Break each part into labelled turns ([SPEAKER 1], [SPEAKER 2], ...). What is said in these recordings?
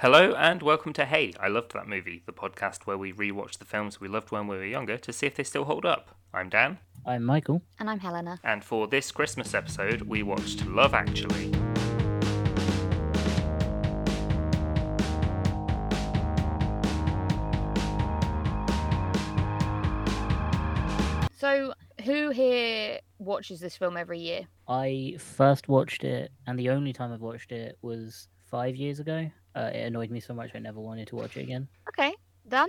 [SPEAKER 1] Hello and welcome to Hey, I Loved That Movie, the podcast where we rewatch the films we loved when we were younger to see if they still hold up. I'm Dan,
[SPEAKER 2] I'm Uh, Michael.
[SPEAKER 3] And I'm Helena.
[SPEAKER 1] and for this Christmas episode, we watched Love Actually.
[SPEAKER 3] So, who here watches this film every year?
[SPEAKER 2] I first watched it, and the only time I've watched it was five years ago. Uh, it annoyed me so much I never wanted to watch it again.
[SPEAKER 3] Okay, Dan?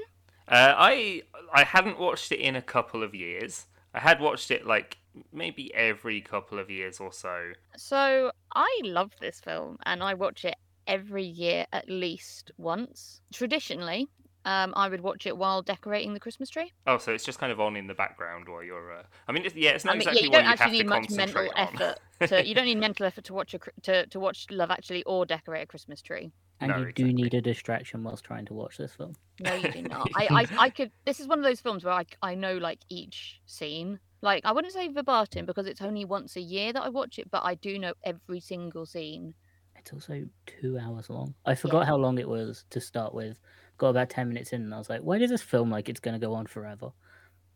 [SPEAKER 1] Uh, I I hadn't watched it in a couple of years. I had watched it like maybe every couple of years or so.
[SPEAKER 3] So, I love this film and I watch it every year at least once. Traditionally, um, I would watch it while decorating the Christmas tree.
[SPEAKER 1] Oh, so it's just kind of on in the background while you're. Uh... I mean, it's, yeah, it's not
[SPEAKER 3] I mean,
[SPEAKER 1] exactly
[SPEAKER 3] Um, yeah,
[SPEAKER 1] one
[SPEAKER 3] you don't
[SPEAKER 1] you have
[SPEAKER 3] actually
[SPEAKER 1] to
[SPEAKER 3] need much mental
[SPEAKER 1] concentrate on.
[SPEAKER 3] effort. To, you don't need mental effort to watch a, cr- to, to watch Love Actually or decorate a Christmas tree.
[SPEAKER 2] And
[SPEAKER 1] No,
[SPEAKER 2] you
[SPEAKER 1] exactly.
[SPEAKER 2] do need a distraction whilst trying to watch this film.
[SPEAKER 3] No, you do not. I, I, I could. This is one of those films where I, c- I know like each scene. Like I wouldn't say verbatim because it's only once a year that I watch it, but I do know every single scene.
[SPEAKER 2] It's also two hours long. I forgot how long it was to start with. Got about 10 minutes in, and I was like, why does this film like it's going to go on forever?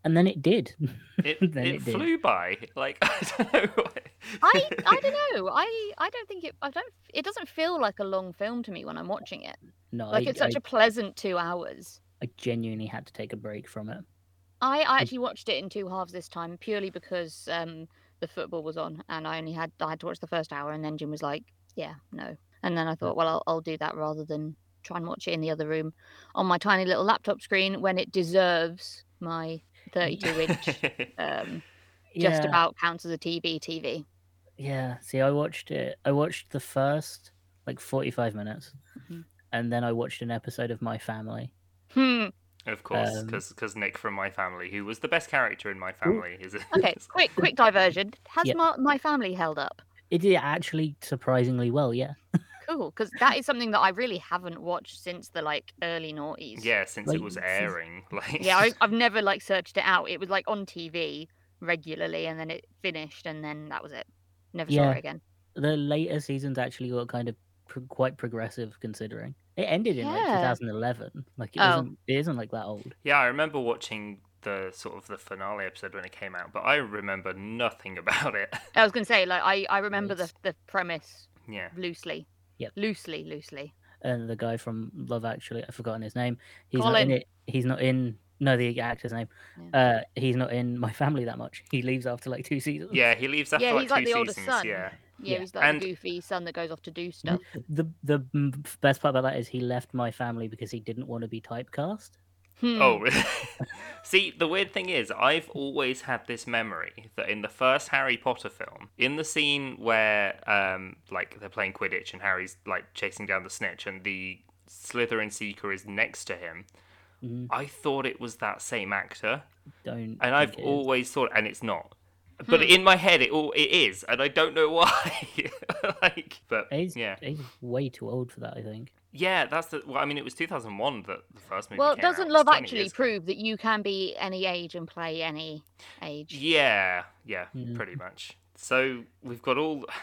[SPEAKER 2] And then it did.
[SPEAKER 1] It,
[SPEAKER 2] Then
[SPEAKER 1] it
[SPEAKER 2] it did.
[SPEAKER 1] flew by. Like I don't know. what-
[SPEAKER 3] I, I don't know. I, I don't think it. I don't. It doesn't feel like a long film to me when I'm watching it.
[SPEAKER 2] No,
[SPEAKER 3] Like
[SPEAKER 2] I,
[SPEAKER 3] it's such
[SPEAKER 2] I-
[SPEAKER 3] a pleasant two hours.
[SPEAKER 2] I genuinely had to take a break from it.
[SPEAKER 3] I, I actually watched it in two halves this time purely because um, the football was on and I only had I had to watch the first hour and then Jim was like, yeah, no. And then I thought, well, I'll, I'll do that rather than try and watch it in the other room on my tiny little laptop screen when it deserves my 32 inch. Um, Just
[SPEAKER 2] Yeah.
[SPEAKER 3] about counts as a TV TV.
[SPEAKER 2] Yeah, see, I watched it. I watched the first like 45 minutes,
[SPEAKER 3] Mhm.
[SPEAKER 2] and then I watched an episode of My Family.
[SPEAKER 3] Hmm.
[SPEAKER 1] Of course,
[SPEAKER 2] Um,
[SPEAKER 1] because Nick from My Family, who was the best character in My Family, is
[SPEAKER 3] Okay, quick, quick diversion. Has
[SPEAKER 2] Yeah.
[SPEAKER 3] my, my family held up?
[SPEAKER 2] It did actually surprisingly well, yeah.
[SPEAKER 3] Cool, because that is something that I really haven't watched since the like early noughties.
[SPEAKER 1] yeah, since it
[SPEAKER 2] Like,
[SPEAKER 1] was
[SPEAKER 2] since-
[SPEAKER 1] airing, like
[SPEAKER 3] yeah I, i've never like searched it out it was like on tv regularly and then it finished and then that was it never saw
[SPEAKER 2] Yeah.
[SPEAKER 3] it again
[SPEAKER 2] The later seasons actually got kind of pro- quite progressive considering. It ended in like
[SPEAKER 3] Yeah.
[SPEAKER 2] 2011. Like it,
[SPEAKER 3] Oh.
[SPEAKER 2] isn't, it isn't like that old.
[SPEAKER 1] yeah, I remember watching the sort of the finale episode when it came out, but I remember nothing about it.
[SPEAKER 3] i was gonna say like i i remember the,
[SPEAKER 2] Nice.
[SPEAKER 3] the premise
[SPEAKER 1] yeah,
[SPEAKER 3] loosely
[SPEAKER 2] Yep.
[SPEAKER 3] loosely loosely
[SPEAKER 2] And the guy from Love Actually, I've forgotten his name. He's not in
[SPEAKER 3] Colin.
[SPEAKER 2] it. He's not in. No, the actor's name. Uh, he's not in My Family that much. He leaves after like two seasons.
[SPEAKER 1] yeah, he leaves after
[SPEAKER 3] Yeah,
[SPEAKER 1] like
[SPEAKER 3] he's
[SPEAKER 1] two
[SPEAKER 3] like the older
[SPEAKER 1] seasons.
[SPEAKER 3] son.
[SPEAKER 1] Yeah,
[SPEAKER 3] yeah,
[SPEAKER 2] Yeah. Mm-hmm.
[SPEAKER 3] he's like
[SPEAKER 1] And-
[SPEAKER 3] the goofy son that goes off to do stuff
[SPEAKER 2] The the mm, f- best part about that is he left My Family because he didn't want to be typecast.
[SPEAKER 3] Hmm.
[SPEAKER 1] Oh, really? see, the weird thing is, I've always had this memory that in the first Harry Potter film, in the scene where um, like they're playing Quidditch and Harry's like chasing down the snitch and the Slytherin Seeker is next to him,
[SPEAKER 2] Mm,
[SPEAKER 1] I thought it was that same actor,
[SPEAKER 2] don't.
[SPEAKER 1] and I've
[SPEAKER 2] think it is.
[SPEAKER 1] always thought, and it's not. But
[SPEAKER 3] Hmm.
[SPEAKER 1] in my head, it all it is, and I don't know why. like, but
[SPEAKER 2] He's,
[SPEAKER 1] yeah,
[SPEAKER 2] he's way too old for that, I think.
[SPEAKER 1] yeah, that's the. Well, I mean, it was two thousand one that the first movie.
[SPEAKER 3] well
[SPEAKER 1] came out,
[SPEAKER 3] doesn't
[SPEAKER 1] it's
[SPEAKER 3] love
[SPEAKER 1] 20
[SPEAKER 3] actually
[SPEAKER 1] years ago.
[SPEAKER 3] prove that you can be any age and play any age
[SPEAKER 1] Yeah, yeah,
[SPEAKER 3] Hmm.
[SPEAKER 2] Yeah.
[SPEAKER 1] pretty much. So we've got all.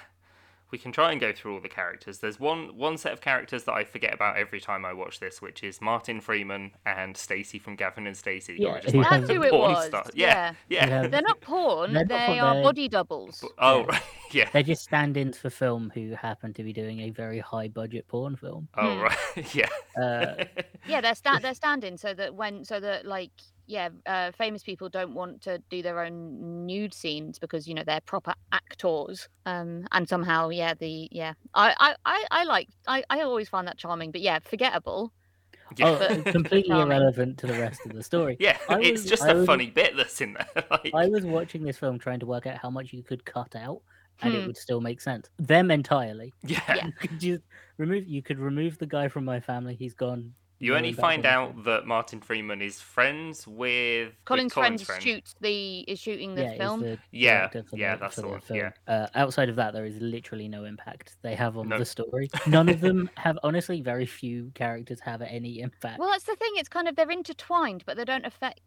[SPEAKER 1] We can try and go through all the characters. There's one one set of characters that I forget about every time I watch this, which is Martin Freeman and Stacy from Gavin and Stacey. who are
[SPEAKER 2] Yeah,
[SPEAKER 1] just
[SPEAKER 2] who
[SPEAKER 1] like
[SPEAKER 3] that's
[SPEAKER 2] the
[SPEAKER 3] who it
[SPEAKER 1] porn
[SPEAKER 3] was
[SPEAKER 1] stars.
[SPEAKER 3] yeah.
[SPEAKER 1] yeah.
[SPEAKER 2] Yeah.
[SPEAKER 3] they're not porn
[SPEAKER 2] They're not
[SPEAKER 3] they
[SPEAKER 2] porn,
[SPEAKER 3] are
[SPEAKER 2] they're-
[SPEAKER 3] body doubles
[SPEAKER 1] Oh,
[SPEAKER 2] Yeah.
[SPEAKER 1] right. yeah.
[SPEAKER 2] They're just stand ins for film who happen to be doing a very high budget porn film.
[SPEAKER 1] Oh,
[SPEAKER 3] Hmm.
[SPEAKER 1] right. Yeah.
[SPEAKER 2] Uh,
[SPEAKER 3] yeah they're sta- they're standing so that when so that like yeah uh, famous people don't want to do their own nude scenes because you know they're proper actors um and somehow yeah the yeah i i i, I like i i always find that charming but yeah forgettable
[SPEAKER 2] oh,
[SPEAKER 1] yeah. um,
[SPEAKER 2] it's completely
[SPEAKER 3] Charming.
[SPEAKER 2] irrelevant to the rest of the story.
[SPEAKER 1] yeah.
[SPEAKER 2] I
[SPEAKER 1] it's
[SPEAKER 2] was-
[SPEAKER 1] just
[SPEAKER 2] I
[SPEAKER 1] a
[SPEAKER 2] was-
[SPEAKER 1] funny bit that's in there. like,
[SPEAKER 2] I was watching this film trying to work out how much you could cut out and
[SPEAKER 3] Hmm.
[SPEAKER 2] it would still make sense. Them entirely.
[SPEAKER 1] yeah.
[SPEAKER 2] You could just remove you could remove the guy from my family, he's gone.
[SPEAKER 1] You
[SPEAKER 2] no
[SPEAKER 1] only
[SPEAKER 2] one back
[SPEAKER 1] find
[SPEAKER 2] in the
[SPEAKER 1] out
[SPEAKER 2] film.
[SPEAKER 1] that Martin Freeman is friends with with
[SPEAKER 3] colin's,
[SPEAKER 1] Colin's
[SPEAKER 3] friend,
[SPEAKER 1] friend.
[SPEAKER 3] shoots the is shooting the
[SPEAKER 2] yeah, he's
[SPEAKER 3] film
[SPEAKER 2] the
[SPEAKER 1] Yeah,
[SPEAKER 2] director for
[SPEAKER 1] yeah,
[SPEAKER 2] the,
[SPEAKER 1] that's
[SPEAKER 2] for
[SPEAKER 1] the one,
[SPEAKER 2] film. Uh, outside of that, there is literally no impact they have on
[SPEAKER 1] No.
[SPEAKER 2] the story. None of them have, honestly, very few characters have any impact.
[SPEAKER 3] well that's the thing it's kind of they're intertwined but they don't affect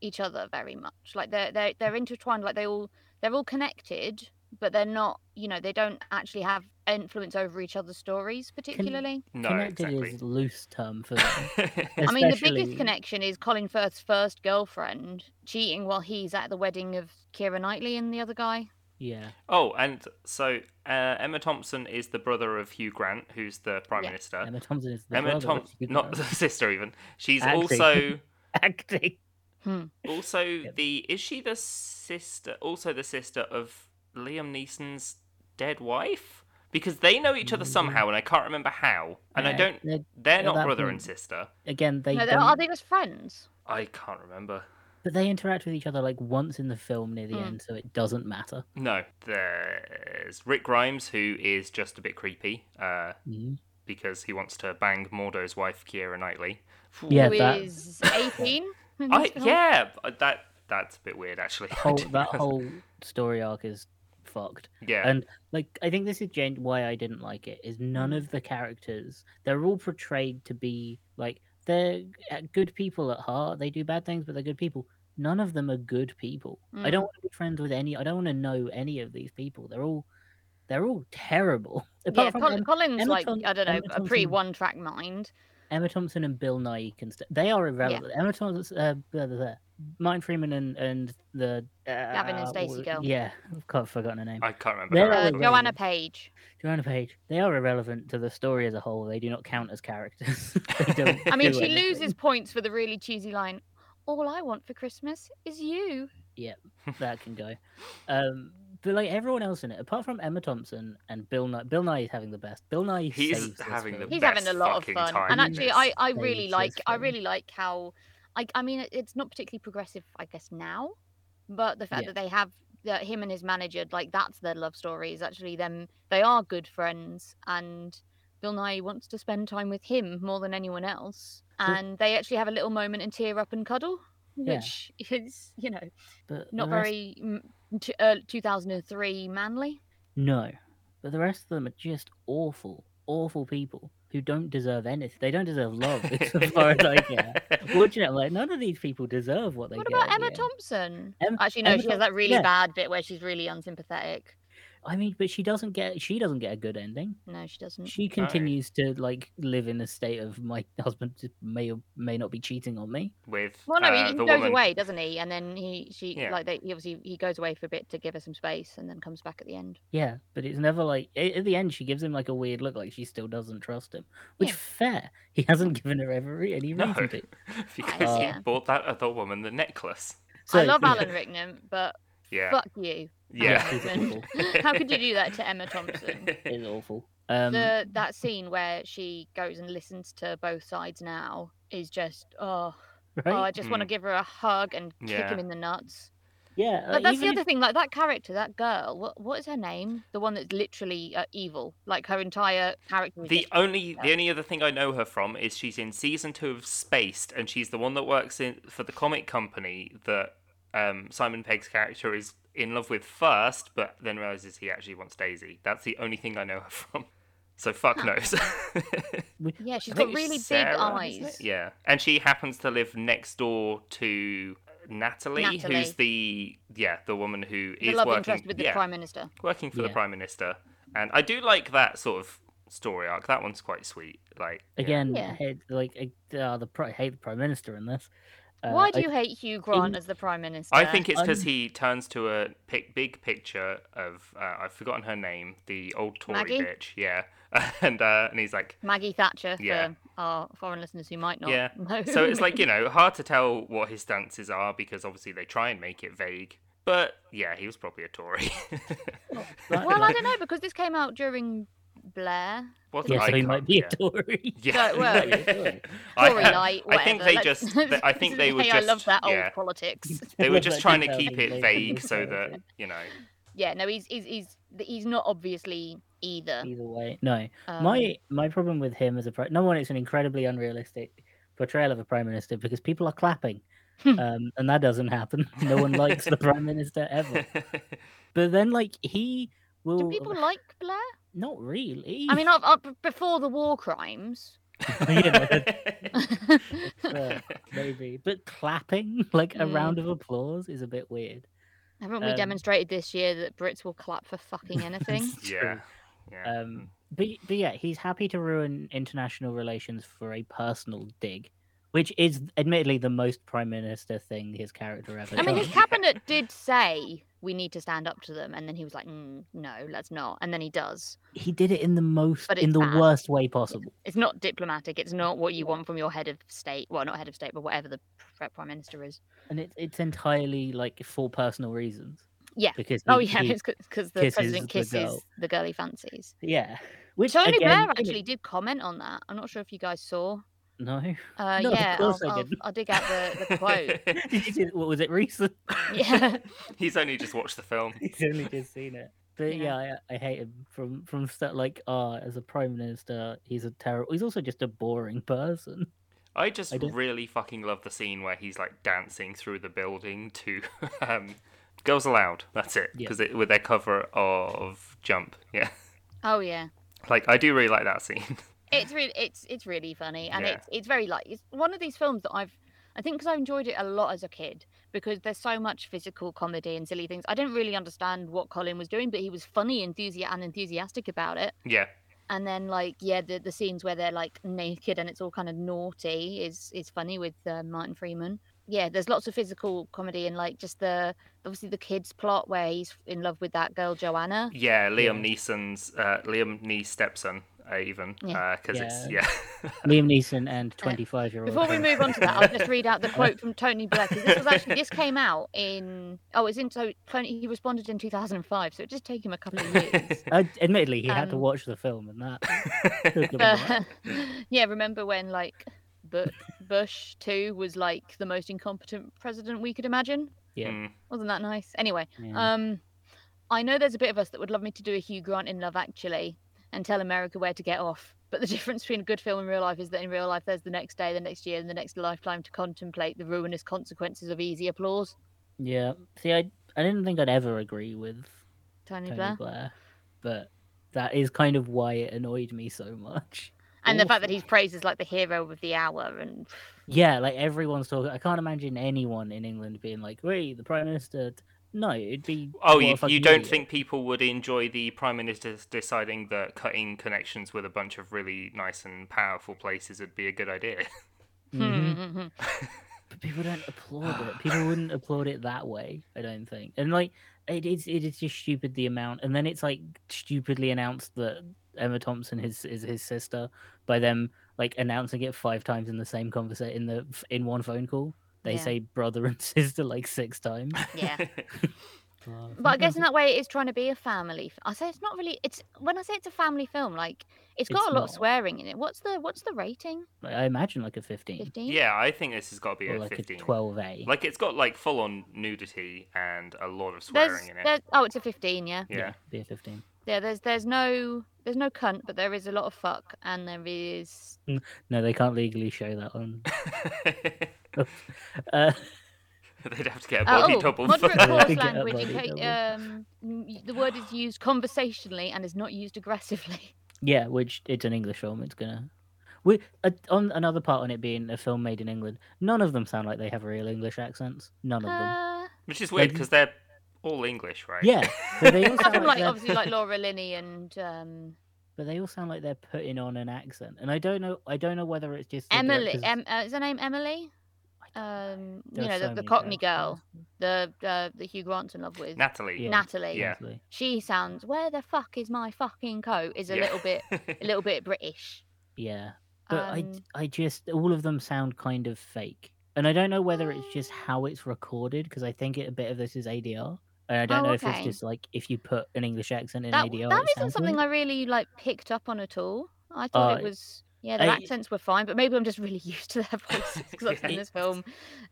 [SPEAKER 3] each other very much like they're they're, they're intertwined like they all they're all connected but they're not. You know, they don't actually have influence over each other's stories particularly.
[SPEAKER 1] No,
[SPEAKER 2] Connected
[SPEAKER 1] exactly.
[SPEAKER 2] is loose term for them.
[SPEAKER 3] I mean, the
[SPEAKER 2] especially-
[SPEAKER 3] biggest connection is Colin Firth's first girlfriend cheating while he's at the wedding of Kira Knightley and the other guy.
[SPEAKER 2] yeah.
[SPEAKER 1] oh, and so uh, Emma Thompson is the brother of Hugh Grant, who's the prime
[SPEAKER 3] Yeah.
[SPEAKER 1] minister.
[SPEAKER 2] Emma Thompson is the
[SPEAKER 1] Uh, Emma
[SPEAKER 2] brother,
[SPEAKER 1] Thompson,
[SPEAKER 2] which you
[SPEAKER 1] not the
[SPEAKER 2] know.
[SPEAKER 1] sister even. She's
[SPEAKER 2] Acting.
[SPEAKER 1] also
[SPEAKER 2] acting.
[SPEAKER 1] also the is she the sister also the sister of Liam Neeson's dead wife? Because they know each other
[SPEAKER 2] Mm.
[SPEAKER 1] somehow, and I can't remember how. And I
[SPEAKER 2] Yeah,
[SPEAKER 1] don't.
[SPEAKER 2] they're-
[SPEAKER 1] They're
[SPEAKER 2] at
[SPEAKER 1] not
[SPEAKER 2] that
[SPEAKER 1] brother
[SPEAKER 2] point-
[SPEAKER 1] and sister.
[SPEAKER 2] again, they
[SPEAKER 3] no, they're,
[SPEAKER 2] don't,
[SPEAKER 3] are they just friends?
[SPEAKER 1] I can't remember.
[SPEAKER 2] but they interact with each other like once in the film near the
[SPEAKER 3] Mm.
[SPEAKER 2] end, so it doesn't matter.
[SPEAKER 1] No, there's Rick Grimes, who is just a bit creepy uh,
[SPEAKER 2] Mhm.
[SPEAKER 1] because he wants to bang Mordo's wife, Kiera Knightley.
[SPEAKER 2] Yeah,
[SPEAKER 3] Who
[SPEAKER 2] that-
[SPEAKER 3] is 18? in
[SPEAKER 1] I,
[SPEAKER 3] this film?
[SPEAKER 1] yeah, but that that's a bit weird actually. I
[SPEAKER 2] Whole,
[SPEAKER 1] didn't
[SPEAKER 2] that
[SPEAKER 1] realise-
[SPEAKER 2] whole story arc is fucked.
[SPEAKER 1] yeah,
[SPEAKER 2] And like, I think this is gen- why I didn't like it. Is none
[SPEAKER 3] Mm.
[SPEAKER 2] of the characters they're all portrayed to be like they're uh, good people at heart. They do bad things, but they're good people. None of them are good people. I
[SPEAKER 3] Mm.
[SPEAKER 2] don't want to be friends with any. I don't want to know any of these people. They're all they're all terrible. Apart
[SPEAKER 3] Yeah,
[SPEAKER 2] from
[SPEAKER 3] Col-
[SPEAKER 2] Em-
[SPEAKER 3] Colin's
[SPEAKER 2] Emma
[SPEAKER 3] like,
[SPEAKER 2] Thom-
[SPEAKER 3] I don't know,
[SPEAKER 2] Emma
[SPEAKER 3] a pretty
[SPEAKER 2] Thompson-
[SPEAKER 3] one track mind.
[SPEAKER 2] Emma Thompson and Bill Nye can st- they are irrelevant. Emma Thompson, uh, blah, blah, blah. Martin Freeman and and the uh,
[SPEAKER 3] Gavin and Stacey
[SPEAKER 2] w-
[SPEAKER 3] Girl.
[SPEAKER 2] Yeah, I've got, forgotten her name.
[SPEAKER 1] I can't remember.
[SPEAKER 2] they're
[SPEAKER 1] her
[SPEAKER 3] Uh,
[SPEAKER 2] all
[SPEAKER 1] actual-
[SPEAKER 3] Joanna Page.
[SPEAKER 2] Joanna Page. They are irrelevant to the story as a whole. They do not count as characters. they don't.
[SPEAKER 3] I mean,
[SPEAKER 2] do
[SPEAKER 3] she
[SPEAKER 2] anything.
[SPEAKER 3] loses points for the really cheesy line, All I want for Christmas is you.
[SPEAKER 2] That can go. Um, but like everyone else in it, apart from Emma Thompson and Bill Nye, Bill Nye is having the best. Bill Nye
[SPEAKER 1] He's
[SPEAKER 2] saves this
[SPEAKER 1] having the
[SPEAKER 2] film.
[SPEAKER 3] He's having
[SPEAKER 1] Best
[SPEAKER 3] a lot of
[SPEAKER 1] fucking
[SPEAKER 3] fun.
[SPEAKER 1] time
[SPEAKER 3] And
[SPEAKER 2] in
[SPEAKER 3] actually,
[SPEAKER 1] this.
[SPEAKER 3] I, I
[SPEAKER 2] They
[SPEAKER 3] really
[SPEAKER 2] just
[SPEAKER 3] like I
[SPEAKER 2] film.
[SPEAKER 3] really like how I I mean it- it's not particularly progressive, I guess now, but the fact
[SPEAKER 2] Yeah.
[SPEAKER 3] that they have that him and his manager like that's their love story is actually them they are good friends and Bill Nye wants to spend time with him more than anyone else
[SPEAKER 2] Well-
[SPEAKER 3] and they actually have a little moment and tear up and cuddle
[SPEAKER 2] Yeah.
[SPEAKER 3] which is you know
[SPEAKER 2] But
[SPEAKER 3] not
[SPEAKER 2] the rest-
[SPEAKER 3] very mm, t- uh, 2003 manly
[SPEAKER 2] No, but the rest of them are just awful, awful people who don't deserve anything. They don't deserve love, as far as I care. Fortunately, like, none of these people deserve what they
[SPEAKER 3] what
[SPEAKER 2] get.
[SPEAKER 3] about
[SPEAKER 2] at
[SPEAKER 3] Emma
[SPEAKER 2] the end.
[SPEAKER 3] Thompson
[SPEAKER 2] uh, Em-
[SPEAKER 3] actually no
[SPEAKER 2] Emma
[SPEAKER 3] she has
[SPEAKER 2] Thom-
[SPEAKER 3] that really
[SPEAKER 2] yeah.
[SPEAKER 3] bad bit where she's really unsympathetic
[SPEAKER 2] I mean, but she doesn't get she doesn't get a good ending.
[SPEAKER 3] No, she doesn't.
[SPEAKER 2] She continues to like live in a state of my husband may or may not be cheating on me.
[SPEAKER 1] With
[SPEAKER 3] Well, no,
[SPEAKER 1] uh,
[SPEAKER 3] he
[SPEAKER 1] the
[SPEAKER 3] goes
[SPEAKER 1] woman-
[SPEAKER 3] away, doesn't he? And then he, she,
[SPEAKER 1] Yeah.
[SPEAKER 3] like, they, he obviously he goes away for a bit to give her some space, and then comes back at the end.
[SPEAKER 2] Yeah, but it's never like a- at the end she gives him like a weird look, like she still doesn't trust him. Which
[SPEAKER 3] Yeah.
[SPEAKER 2] fair, he hasn't given her ever re- any
[SPEAKER 1] No.
[SPEAKER 2] reason to.
[SPEAKER 1] because he
[SPEAKER 3] Oh, Yeah.
[SPEAKER 1] bought that other woman the necklace.
[SPEAKER 2] So,
[SPEAKER 3] I love
[SPEAKER 2] yeah,
[SPEAKER 3] Alan Rickman, but
[SPEAKER 1] Yeah,
[SPEAKER 3] fuck you.
[SPEAKER 1] yeah.
[SPEAKER 2] he's
[SPEAKER 3] Thompson.
[SPEAKER 2] awful.
[SPEAKER 3] How could you do that to Emma Thompson?
[SPEAKER 2] It's awful. Um,
[SPEAKER 3] the that scene where she goes and listens to both sides now is just oh,
[SPEAKER 2] right?
[SPEAKER 3] oh I just want to give her a hug and kick
[SPEAKER 1] Yeah.
[SPEAKER 3] him in the nuts.
[SPEAKER 2] yeah,
[SPEAKER 3] But
[SPEAKER 1] Uh,
[SPEAKER 2] like,
[SPEAKER 3] that's the
[SPEAKER 2] even
[SPEAKER 3] other
[SPEAKER 2] if-
[SPEAKER 3] thing, like that character, that girl. What what is her name? The one that's literally uh, evil. Like her entire character. is
[SPEAKER 1] The
[SPEAKER 3] just-
[SPEAKER 1] only the only other thing I know her from is she's in season two of Spaced, and she's the one that works in for the comic company that um, Simon Pegg's character is in love with first, but then realizes he actually wants Daisy. That's the only thing I know her from. So fuck knows.
[SPEAKER 3] yeah, she's
[SPEAKER 1] I
[SPEAKER 3] got
[SPEAKER 1] think it's
[SPEAKER 3] really big
[SPEAKER 1] Sarah,
[SPEAKER 3] eyes.
[SPEAKER 1] isn't it? Yeah, and she happens to live next door to Natalie, who's
[SPEAKER 3] Natalie.
[SPEAKER 1] the yeah the woman who is
[SPEAKER 3] the love
[SPEAKER 1] working
[SPEAKER 3] interest with the
[SPEAKER 1] yeah,
[SPEAKER 3] prime minister.
[SPEAKER 1] working for the
[SPEAKER 2] Yeah.
[SPEAKER 1] prime minister. And I do like that sort of story arc. That one's quite sweet. Like yeah.
[SPEAKER 2] again,
[SPEAKER 3] Yeah.
[SPEAKER 2] hate, like I- uh, the pri- hate the prime minister in this. Uh,
[SPEAKER 3] Why do
[SPEAKER 2] I-
[SPEAKER 3] you hate Hugh Grant
[SPEAKER 2] in-
[SPEAKER 3] as the prime minister?
[SPEAKER 1] I think it's because
[SPEAKER 2] I'm-
[SPEAKER 1] he turns to a pic- big picture of uh, I've forgotten her name, the old Tory
[SPEAKER 3] Maggie?
[SPEAKER 1] bitch, yeah, and uh, and he's like,
[SPEAKER 3] Maggie Thatcher
[SPEAKER 1] Yeah.
[SPEAKER 3] for our foreign listeners who might not.
[SPEAKER 1] Yeah.
[SPEAKER 3] Know.
[SPEAKER 1] so it's like you know hard to tell what his stances are because obviously they try and make it vague, but yeah, he was probably a Tory.
[SPEAKER 3] well, I don't know because this came out during Blair.
[SPEAKER 1] Wasn't
[SPEAKER 2] Yeah, so
[SPEAKER 1] I
[SPEAKER 2] he might
[SPEAKER 1] can't-
[SPEAKER 2] be
[SPEAKER 1] yeah.
[SPEAKER 2] a Tory.
[SPEAKER 1] Yeah,
[SPEAKER 3] So, well,
[SPEAKER 1] I-
[SPEAKER 3] Tory light.
[SPEAKER 1] I think
[SPEAKER 3] whatever,
[SPEAKER 1] they
[SPEAKER 3] let's-
[SPEAKER 1] just- they- I think they were
[SPEAKER 3] Hey, I love
[SPEAKER 1] just-
[SPEAKER 3] that old
[SPEAKER 1] yeah.
[SPEAKER 3] politics.
[SPEAKER 1] they were
[SPEAKER 2] Like
[SPEAKER 1] just trying to
[SPEAKER 2] 2000
[SPEAKER 1] keep it
[SPEAKER 2] later.
[SPEAKER 1] vague so that you know.
[SPEAKER 3] Yeah, no, he's he's he's he's not obviously either.
[SPEAKER 2] Either way, no.
[SPEAKER 3] Um,
[SPEAKER 2] my my problem with him as a prime number one, it's an incredibly unrealistic portrayal of a prime minister because people are clapping,
[SPEAKER 3] Hmm.
[SPEAKER 2] um, and that doesn't happen. No one likes the prime minister ever. But then, like he will
[SPEAKER 3] Do people like Blair?
[SPEAKER 2] not really.
[SPEAKER 3] I mean, up, up before the war crimes.
[SPEAKER 2] Yeah, uh, maybe, but clapping like a
[SPEAKER 3] Mm.
[SPEAKER 2] round of applause is a bit weird.
[SPEAKER 3] Haven't we
[SPEAKER 2] Um,
[SPEAKER 3] demonstrated this year that Brits will clap for fucking anything?
[SPEAKER 2] It's true.
[SPEAKER 1] Yeah. Yeah. Hmm.
[SPEAKER 2] Um, but but yeah, he's happy to ruin international relations for a personal dig, which is admittedly the most prime minister thing his character ever.
[SPEAKER 3] I mean, his
[SPEAKER 2] does.
[SPEAKER 1] Yeah.
[SPEAKER 3] cabinet did say we need to stand up to them, and then he was like, mm, "No, let's not," and then he does.
[SPEAKER 2] he did it in the most
[SPEAKER 3] But
[SPEAKER 2] in
[SPEAKER 3] it's
[SPEAKER 2] the
[SPEAKER 3] bad.
[SPEAKER 2] worst way possible.
[SPEAKER 3] It's not diplomatic. It's not what you want from your head of state. Well, not head of state, but whatever the pr- prime minister is.
[SPEAKER 2] and it, it's entirely like for personal reasons.
[SPEAKER 3] Yeah.
[SPEAKER 2] Because
[SPEAKER 3] Oh
[SPEAKER 2] he-
[SPEAKER 3] yeah,
[SPEAKER 2] he-
[SPEAKER 3] it's because the
[SPEAKER 2] kisses
[SPEAKER 3] president
[SPEAKER 2] the
[SPEAKER 3] kisses the,
[SPEAKER 2] girl.
[SPEAKER 3] girl he fancies.
[SPEAKER 2] yeah. Which again,
[SPEAKER 3] Tony Blair actually did comment on that. I'm not sure if you guys saw.
[SPEAKER 2] no.
[SPEAKER 3] Uh,
[SPEAKER 2] No, of
[SPEAKER 3] yeah, I'll,
[SPEAKER 2] course I
[SPEAKER 3] I'll,
[SPEAKER 2] didn't.
[SPEAKER 3] I'll dig out the, the quote.
[SPEAKER 2] Did you see- what was it recent?
[SPEAKER 3] yeah,
[SPEAKER 1] He's only just watched the film.
[SPEAKER 2] He's only just seen it. But yeah,
[SPEAKER 3] Yeah.
[SPEAKER 2] I, I hate him from from stuff like ah as a prime minister he's a terrible. He's also just a boring person.
[SPEAKER 1] I just
[SPEAKER 2] I don't-
[SPEAKER 1] really fucking love the scene where he's like dancing through the building to um, Girls Aloud. That's it.
[SPEAKER 2] Yeah.
[SPEAKER 1] Because with their cover of Jump. Yeah.
[SPEAKER 3] oh yeah.
[SPEAKER 1] Like, I do really like that scene.
[SPEAKER 3] It's really it's it's really funny, and
[SPEAKER 1] Yeah.
[SPEAKER 3] it's it's very like it's one of these films that I've I think because I enjoyed it a lot as a kid because there's so much physical comedy and silly things. I didn't really understand what Colin was doing, but he was funny, enthusiastic, and enthusiastic about it.
[SPEAKER 1] yeah.
[SPEAKER 3] And then like yeah, the the scenes where they're like naked and it's all kind of naughty is is funny with uh, Martin Freeman. Yeah, there's lots of physical comedy and like just the obviously the kids plot where he's in love with that girl Joanna.
[SPEAKER 1] Yeah. Liam Neeson's, uh, Liam Nee's stepson, uh, even. Because
[SPEAKER 3] Yeah.
[SPEAKER 1] it's, yeah.
[SPEAKER 2] Liam Neeson and twenty five year old.
[SPEAKER 3] Before we move on to that, I'll just read out the quote from Tony Blair. 'cause This was actually this came out in oh, it's in so Tony he responded in 2005, so it just take him a couple of years.
[SPEAKER 2] admittedly, he had to
[SPEAKER 3] Um,
[SPEAKER 2] watch the film and that. took him a
[SPEAKER 3] Uh,
[SPEAKER 2] while.
[SPEAKER 3] yeah, remember when like Bu- Bush too was like the most incompetent president we could imagine?
[SPEAKER 2] Yeah.
[SPEAKER 1] Mm.
[SPEAKER 3] Wasn't that nice? Anyway,
[SPEAKER 2] Yeah.
[SPEAKER 3] um, I know there's a bit of us that would love me to do a Hugh Grant in Love Actually and tell America where to get off. But the difference between a good film and real life is that in real life, there's the next day, the next year, and the next lifetime to contemplate the ruinous consequences of easy applause.
[SPEAKER 2] yeah. See, I I didn't think I'd ever agree with
[SPEAKER 3] Tony,
[SPEAKER 2] Tony
[SPEAKER 3] Blair.
[SPEAKER 2] Blair, but that is kind of why it annoyed me so much.
[SPEAKER 3] And the fact that
[SPEAKER 2] Awful.
[SPEAKER 3] he's praised as like the hero of the hour. And
[SPEAKER 2] Yeah, like everyone's talking. I can't imagine anyone in England being like, "Wait, the prime minister." t-" No, it'd be.
[SPEAKER 1] Oh,
[SPEAKER 2] what a
[SPEAKER 1] you, you
[SPEAKER 2] fucking
[SPEAKER 1] don't
[SPEAKER 2] idiot.
[SPEAKER 1] think people would enjoy the Prime Minister deciding that cutting connections with a bunch of really nice and powerful places would be a good idea?
[SPEAKER 2] Mhm.
[SPEAKER 3] Mhm.
[SPEAKER 2] But people don't applaud it. People wouldn't applaud it that way. I don't think. And like, it is it is just stupid the amount. And then it's like stupidly announced that Emma Thompson is is his sister by them like announcing it five times in the same conversation in the in one phone call. They
[SPEAKER 3] Yeah.
[SPEAKER 2] say brother and sister like six times.
[SPEAKER 3] yeah.
[SPEAKER 2] Oh,
[SPEAKER 3] But I guess
[SPEAKER 2] fucking-
[SPEAKER 3] in that way, it is trying to be a family. f- I say it's not really. It's when I say it's a family film, like it's got
[SPEAKER 2] It's
[SPEAKER 3] a lot of
[SPEAKER 2] not.
[SPEAKER 3] swearing in it. What's the what's the rating?
[SPEAKER 2] Like, I imagine like a fifteen
[SPEAKER 3] Fifteen.
[SPEAKER 1] yeah, I think this has got to be
[SPEAKER 2] or
[SPEAKER 1] a
[SPEAKER 2] like a
[SPEAKER 1] 15.
[SPEAKER 2] twelve A.
[SPEAKER 1] Like it's got like full on nudity and a lot of swearing
[SPEAKER 3] There's,
[SPEAKER 1] in it.
[SPEAKER 3] there's oh, it's a fifteen. Yeah.
[SPEAKER 1] Yeah.
[SPEAKER 2] be a fifteen.
[SPEAKER 3] Yeah. There's there's no there's no cunt, but there is a lot of fuck, and there is
[SPEAKER 2] No, they can't legally show that on. Uh,
[SPEAKER 1] They'd have to get a
[SPEAKER 3] Uh,
[SPEAKER 1] body
[SPEAKER 3] oh,
[SPEAKER 1] double for
[SPEAKER 3] moderate
[SPEAKER 2] Yeah,
[SPEAKER 1] that.
[SPEAKER 3] coarse
[SPEAKER 2] get a
[SPEAKER 3] language. in
[SPEAKER 2] body
[SPEAKER 3] ca-
[SPEAKER 2] double.
[SPEAKER 3] um, n- the word is used conversationally and is not used aggressively.
[SPEAKER 2] Yeah, which it's an English film. It's gonna. We, uh, on another part on it being a film made in England, none of them sound like they have real English accents. None of them.
[SPEAKER 3] Uh,
[SPEAKER 1] Which is
[SPEAKER 2] like-
[SPEAKER 1] weird because they're all English, right?
[SPEAKER 2] Yeah, but they all
[SPEAKER 3] some,
[SPEAKER 2] sound like,
[SPEAKER 3] like
[SPEAKER 2] they're,
[SPEAKER 3] obviously like Laura Linney and um,
[SPEAKER 2] but they all sound like they're putting on an accent, and I don't know. I don't know whether it's just the
[SPEAKER 3] Emily.
[SPEAKER 2] director's-
[SPEAKER 3] Em, uh, is her name Emily?
[SPEAKER 2] I don't know.
[SPEAKER 3] Um,
[SPEAKER 2] There
[SPEAKER 3] you
[SPEAKER 2] are
[SPEAKER 3] know
[SPEAKER 2] so
[SPEAKER 3] the, the
[SPEAKER 2] many
[SPEAKER 3] Cockney girl,
[SPEAKER 2] directors.
[SPEAKER 3] the uh, that Hugh Grant's in love with,
[SPEAKER 1] Natalie.
[SPEAKER 2] Yeah.
[SPEAKER 3] Natalie.
[SPEAKER 1] Yeah.
[SPEAKER 2] Honestly.
[SPEAKER 3] She sounds. Where the fuck is my fucking coat? Is a
[SPEAKER 1] Yeah.
[SPEAKER 3] little bit a little bit British.
[SPEAKER 2] Yeah, but I,
[SPEAKER 3] Um,
[SPEAKER 2] I just all of them sound kind of fake, and I don't know whether it's just
[SPEAKER 3] Oh.
[SPEAKER 2] how it's recorded because I think it, a bit of this is ADR. And I don't
[SPEAKER 3] Oh,
[SPEAKER 2] know if
[SPEAKER 3] okay.
[SPEAKER 2] it's just like if you put an English accent in
[SPEAKER 3] that,
[SPEAKER 2] ADR.
[SPEAKER 3] that
[SPEAKER 2] it
[SPEAKER 3] isn't
[SPEAKER 2] sounds weird.
[SPEAKER 3] something I really like picked up on at all. I thought
[SPEAKER 2] Uh,
[SPEAKER 3] it was yeah, their
[SPEAKER 2] I-
[SPEAKER 3] accents were fine, but maybe I'm just really used to their voices because I've seen
[SPEAKER 1] Yeah.
[SPEAKER 3] this film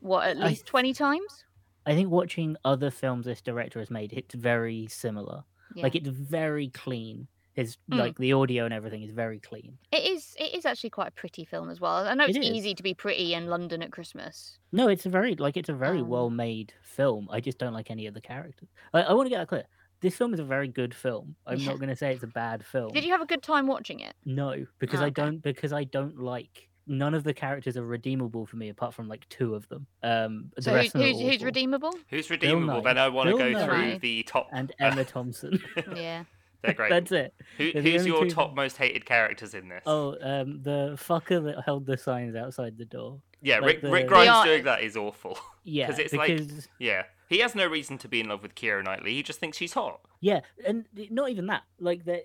[SPEAKER 3] what at
[SPEAKER 2] I-
[SPEAKER 3] least twenty times.
[SPEAKER 2] I think watching other films this director has made, it's very similar.
[SPEAKER 3] Yeah.
[SPEAKER 2] Like it's very clean. His
[SPEAKER 3] Mm.
[SPEAKER 2] like the audio and everything is very clean.
[SPEAKER 3] it is it is actually quite a pretty film as well. I know it's
[SPEAKER 2] It is.
[SPEAKER 3] easy to be pretty in London at Christmas.
[SPEAKER 2] No, it's a very like it's a very
[SPEAKER 3] Um,
[SPEAKER 2] well made film. I just don't like any of the characters. I, I want to get that clear. This film is a very good film. I'm
[SPEAKER 3] Yeah.
[SPEAKER 2] not going to say it's a bad film.
[SPEAKER 3] Did you have a good time watching it?
[SPEAKER 1] Ah,
[SPEAKER 2] No, because
[SPEAKER 3] Oh,
[SPEAKER 2] I
[SPEAKER 3] okay.
[SPEAKER 2] don't because I don't like none of the characters are redeemable for me apart from like two of them. Um, the
[SPEAKER 3] So who's,
[SPEAKER 2] rest of them are
[SPEAKER 3] who's, who's
[SPEAKER 2] awful.
[SPEAKER 3] redeemable?
[SPEAKER 1] Who's redeemable?
[SPEAKER 2] Nye.
[SPEAKER 1] Then I want to go
[SPEAKER 2] Bill Nye.
[SPEAKER 1] through the top.
[SPEAKER 2] and Emma Thompson.
[SPEAKER 3] yeah.
[SPEAKER 1] They're great.
[SPEAKER 2] That's it.
[SPEAKER 1] Who,
[SPEAKER 2] they're the
[SPEAKER 1] who's
[SPEAKER 2] only
[SPEAKER 1] your
[SPEAKER 2] two-
[SPEAKER 1] top most hated characters in this?
[SPEAKER 2] Oh, um, the fucker that held the signs outside the door.
[SPEAKER 1] yeah,
[SPEAKER 2] like
[SPEAKER 1] Rick,
[SPEAKER 2] the-
[SPEAKER 1] Rick
[SPEAKER 2] The
[SPEAKER 1] Grimes
[SPEAKER 3] art-
[SPEAKER 1] doing that is awful.
[SPEAKER 2] Yeah,
[SPEAKER 1] it's like-
[SPEAKER 2] because
[SPEAKER 1] yeah, he has no reason to be in love with Kira Knightley. He just thinks she's hot.
[SPEAKER 2] yeah, and th- not even that. Like that,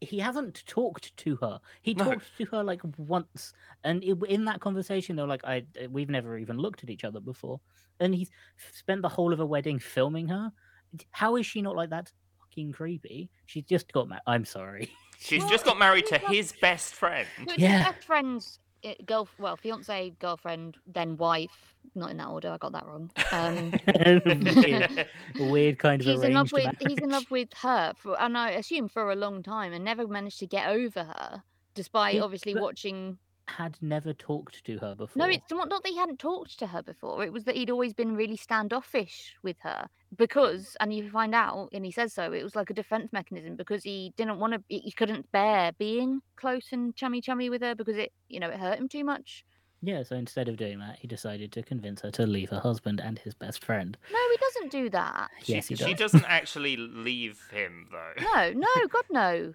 [SPEAKER 2] he hasn't talked to her. He
[SPEAKER 1] No.
[SPEAKER 2] talked to her like once, and it, in that conversation, they're like, "I uh, we've never even looked at each other before," and he's f- spent the whole of a wedding filming her. D- How is she not like that? Fucking creepy. She's just got married. I'm sorry.
[SPEAKER 1] She's
[SPEAKER 3] Well,
[SPEAKER 1] just got married to
[SPEAKER 3] he's not-
[SPEAKER 1] his best friend.
[SPEAKER 3] Who-
[SPEAKER 2] Yeah.
[SPEAKER 3] Best friends, eh, girl, well, fiance, girlfriend, then wife. Not in that order. I got that wrong. Um,
[SPEAKER 2] weird, weird kind of
[SPEAKER 3] he's in
[SPEAKER 2] arranged
[SPEAKER 3] love with he's in
[SPEAKER 2] marriage.
[SPEAKER 3] love with her for, and I assume for a long time, and never managed to get over her, despite
[SPEAKER 2] Yeah,
[SPEAKER 3] obviously
[SPEAKER 2] but-
[SPEAKER 3] watching.
[SPEAKER 2] Had never talked to her before.
[SPEAKER 3] No, it's not, not that he hadn't talked to her before. It was that he'd always been really standoffish with her because, and you find out, and he says so. It was like a defense mechanism because he didn't want to. He couldn't bear being close and chummy chummy with her because it, you know, it hurt him too much.
[SPEAKER 2] Yeah, so instead of doing that, he decided to convince her to leave her husband and his best friend.
[SPEAKER 3] No, he doesn't do that.
[SPEAKER 1] She,
[SPEAKER 2] yes, he does.
[SPEAKER 1] she doesn't actually leave him though.
[SPEAKER 3] no no god no